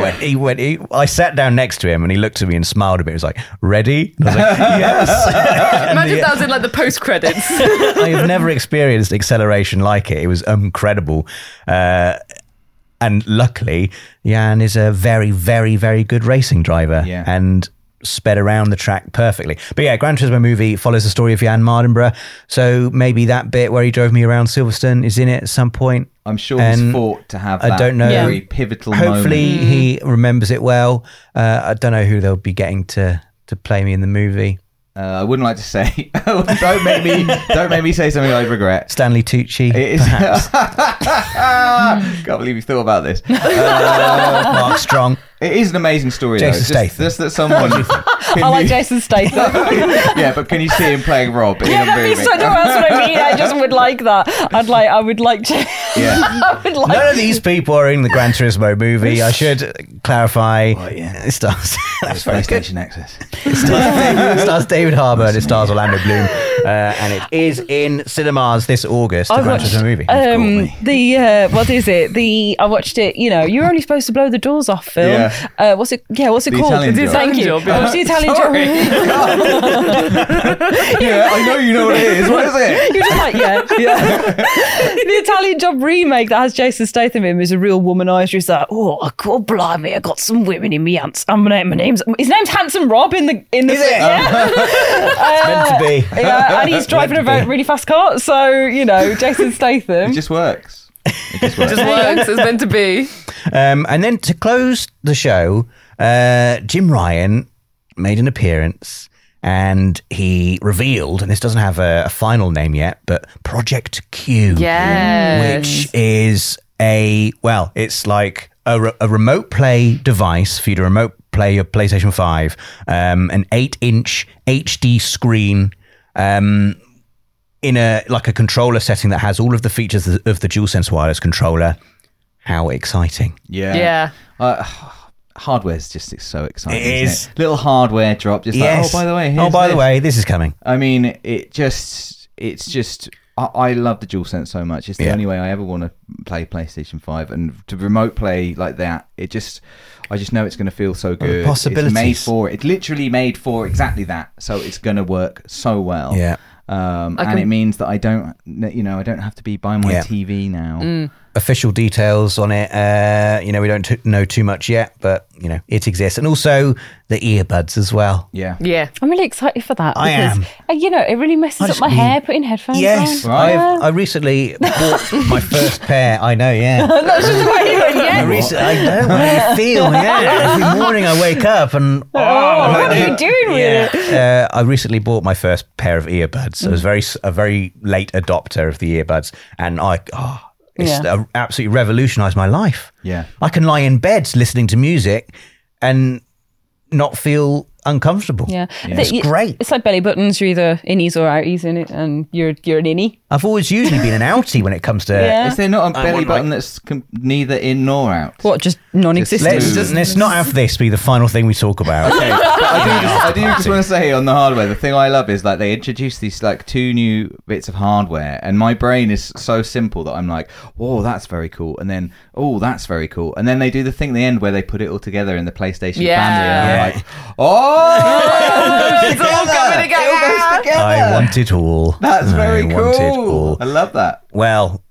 When he went, he, I sat down next to him, and he looked at me and smiled a bit. He was like, "Ready?" And I was like, "Yes." And
Imagine
the-
that was in like the post credits.
I have never experienced acceleration like it. It was incredible. Uh, and luckily, Jan is a very, very, very good racing driver.
Yeah.
And sped around the track perfectly. But yeah, Gran Turismo movie follows the story of Jan Mardenborough. So maybe that bit where he drove me around Silverstone is in it at some point.
I'm sure he's
And
fought to have
I
that
don't know.
very
Yeah.
pivotal
Hopefully
moment.
he remembers it well. Uh, I don't know who they'll be getting to to play me in the movie.
Uh, I wouldn't like to say. don't make me. Don't make me say something I regret.
Stanley Tucci.
It is.
perhaps.
Can't believe you thought about this.
Mark Strong.
It is an amazing story.
Jason
though. Just-
Statham.
Just, that someone.
I like Jason Statham.
yeah, but can you see him playing Rob in
Yeah,
a
that'd
movie?
be so. No, that's what I mean. I just would like that. I'd like. I would like to.
yeah.
I would like.
None of these people are in the Gran Turismo movie. I should clarify.
Oh, yeah.
It stars. That's very good.
PlayStation access.
It stars David, it stars David Harbour and it stars Orlando Bloom, uh, and it is in cinemas this August. The
I
Gran
watched
Turismo movie.
um,
me.
the uh, what is it? The I watched it. You know, you were only supposed to blow the doors off film.
Yeah.
Uh, what's it? Yeah, what's it
The
called?
Italian Job.
It's Thank you.
Italian Job, yeah.
I watched the Italian
Sorry.
job.
yeah, I know you know what it is. What is it?
You're just like yeah, yeah. the Italian Job remake that has Jason Statham in is a real womanizer. He's like, oh, I God, blimey, I got some women in me ants. I'm gonna, my name's his name's Handsome Rob in the in the
Is it?
Yeah.
it's meant to be.
yeah, and he's driving a very, really fast car. So you know, Jason
It
Statham.
just works. It just works.
Just works. It's meant to be.
Um, and then to close the show, uh, Jim Ryan made an appearance and he revealed, and this doesn't have a, a final name yet, but Project Q.
Yes.
Which is a, well, it's like a, re- a remote play device for you to remote play your PlayStation 5, um, an 8 inch HD screen. Um, in a like a controller setting that has all of the features of the, of the DualSense wireless controller, how exciting!
Yeah.
Yeah.
Uh, hardware's just it's so exciting.
It
isn't
is.
Little hardware drop. Just
Yes.
like, oh, by the way.
oh,
here's
by the
this."
way, this is coming.
I mean, it just, it's just, I, I love the DualSense so much. It's the
Yeah.
only way I ever want to play PlayStation 5. And to remote play like that, it just, I just know it's going to feel so good. It's
possibilities.
made for it. It's literally made for exactly that. So it's going to work so well.
Yeah.
Um,
I
and
can-
it means that I don't, you know, I don't have to be by my
Yeah.
TV now.
Mm.
Official details on it. Uh, you know, we don't t- know too much yet, but you know, it exists, and also the earbuds as well.
Yeah.
Yeah.
I'm really excited for that.
I
because,
am.
uh, you know, it really messes up
just
my
need-
hair putting headphones
Yes,
on.
I've, I recently bought my first pair. I know, yeah. I,
yeah.
rec- I know how you feel. Yeah, every morning I wake up and oh,
what are you doing with it?
yeah. Uh, I recently bought my first pair of earbuds.
Mm.
I was very s- a very late adopter of the earbuds, and I oh, it's
Yeah.
uh, absolutely revolutionised my life.
Yeah.
I can lie in bed listening to music and not feel uncomfortable.
Yeah.
it's
The-
great.
It's like belly buttons. You're either innies or outies in it, and you're you're an innie.
I've always usually been an outie when it comes to.
Yeah.
Is there not a
I
belly
want,
button
like-
that's com- neither in nor out?
What, just non-existent?
Let's,
Ooh.
let's not have this be the final thing we talk about.
Okay, but I do just, I do just want to say on the hardware, the thing I love is like they introduced these like two new bits of hardware, and my brain is so simple that I'm like, oh, that's very cool, and then oh, that's very cool, and then they do the thing at the end where they put it all together in the PlayStation
Yeah.
family, and I'm like, oh,
It's
It all
all coming
goes
together.
together.
I want it all.
that's very
I
cool.
Want it all.
I love that.
Well,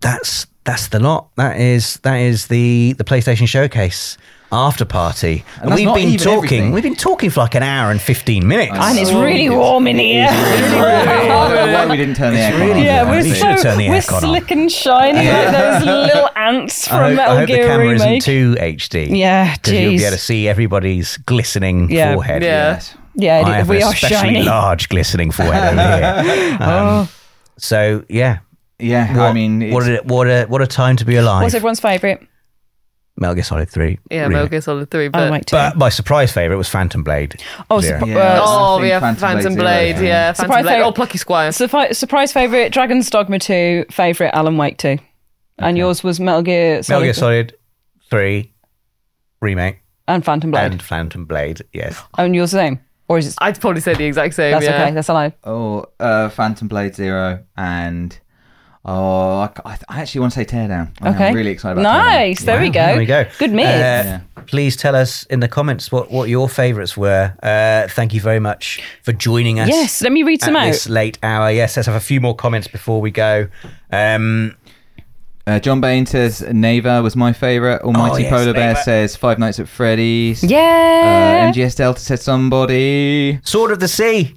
that's that's the lot. That is that is the the PlayStation Showcase after party, and,
that's
we've
not
been
even
talking.
everything.
We've been talking for like an hour and fifteen minutes.
And it's
Oh,
really
it's-
warm in here.
Why we didn't turn the aircon
really
on.
good.
Yeah,
We
we're
should
so
have turned the
we're
aircon on.
slick and shiny like those little ants from
I hope,
Metal
I hope the
Gear
camera
Remake.
isn't too HD.
Yeah,
because you'll be
jeez.
able to see everybody's glistening
Yeah.
forehead.
Yeah.
yeah,
I have
we
an
are
especially
shiny. Oh.
large glistening forehead over here. Um, So yeah,
Yeah, I
What-
mean, it's,
what a what a what a time to be alive.
What's everyone's favourite?
Metal Gear Solid Three.
Yeah,
really.
Metal Gear Solid 3. But,
Oh, wait.
Uh, But my surprise favorite was Phantom Blade.
Oh,
Zero.
surpri-
Yeah.
uh,
oh,
I think
yeah.
Phantom
Phantom,
Blade
Blade.
Zero, yeah.
yeah. Phantom
Surprise
Blade.
favorite-
Oh, Plucky Squire.
Surfi- surprise favorite Dragon's Dogma 2, favorite Alan Wake 2. And yours was Metal Gear Solid
Metal Gear Solid Three remake
and Phantom Blade.
and Phantom Blade. Yes,
And yours the same. Or is it
I'd probably say the exact same.
That's
yeah.
okay. That's allowed.
Oh, uh, Phantom Blade Zero and oh, I, I- I actually want to say Teardown. I am
Okay.
really excited about Teardown.
Nice. There we
Wow,
go.
There we go.
Good mix.
Uh, Please tell us in the comments what, what your favourites were. Uh, thank you very much for joining us.
yes. Let me read
at
some out.
this late hour. Yes, let's have a few more comments before we go. Um,
Uh, John Bain says Neva was my favorite. Almighty
Oh, yes,
Polar Bear
Neva.
says Five Nights at Freddy's.
Yeah.
Uh, MGS Delta said somebody.
Sword of the Sea.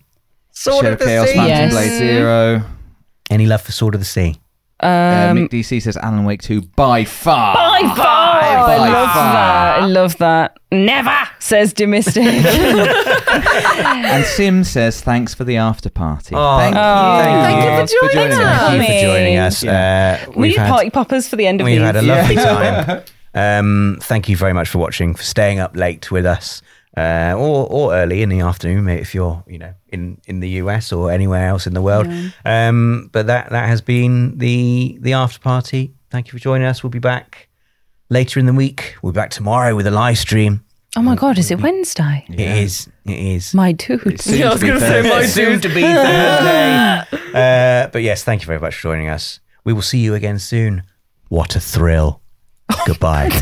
Sword
Shadow
of the
Chaos
Sea.
Mountain
Yes.
Blade Zero.
Any love for Sword of the Sea?
Um,
Uh, Mick DC says Alan Wake 2 by far.
By far. I
By
love
far.
that. I love that. Never, says Demistic.
And Sim says thanks for the after party. thank,
Oh,
you.
thank you for joining us.
Thank you for joining
Coming.
us. Uh,
we
we've
need
had,
party poppers for the end of
we've
these.
had a lovely time. Um, thank you very much for watching, for staying up late with us, uh, or or early in the afternoon if you're you know in, in the US or anywhere else in the world. Um, but that that has been the the after party. Thank you for joining us. We'll be back later in the week. We'll be back tomorrow with a live stream.
Oh my god, is it Wednesday?
It is. It is.
My dude.
Soon
Yeah, I
to
was
be
gonna say,
Thursday.
my
soon to be Thursday. uh, but yes, thank you very much for joining us. We will see you again soon. What a thrill. Goodbye.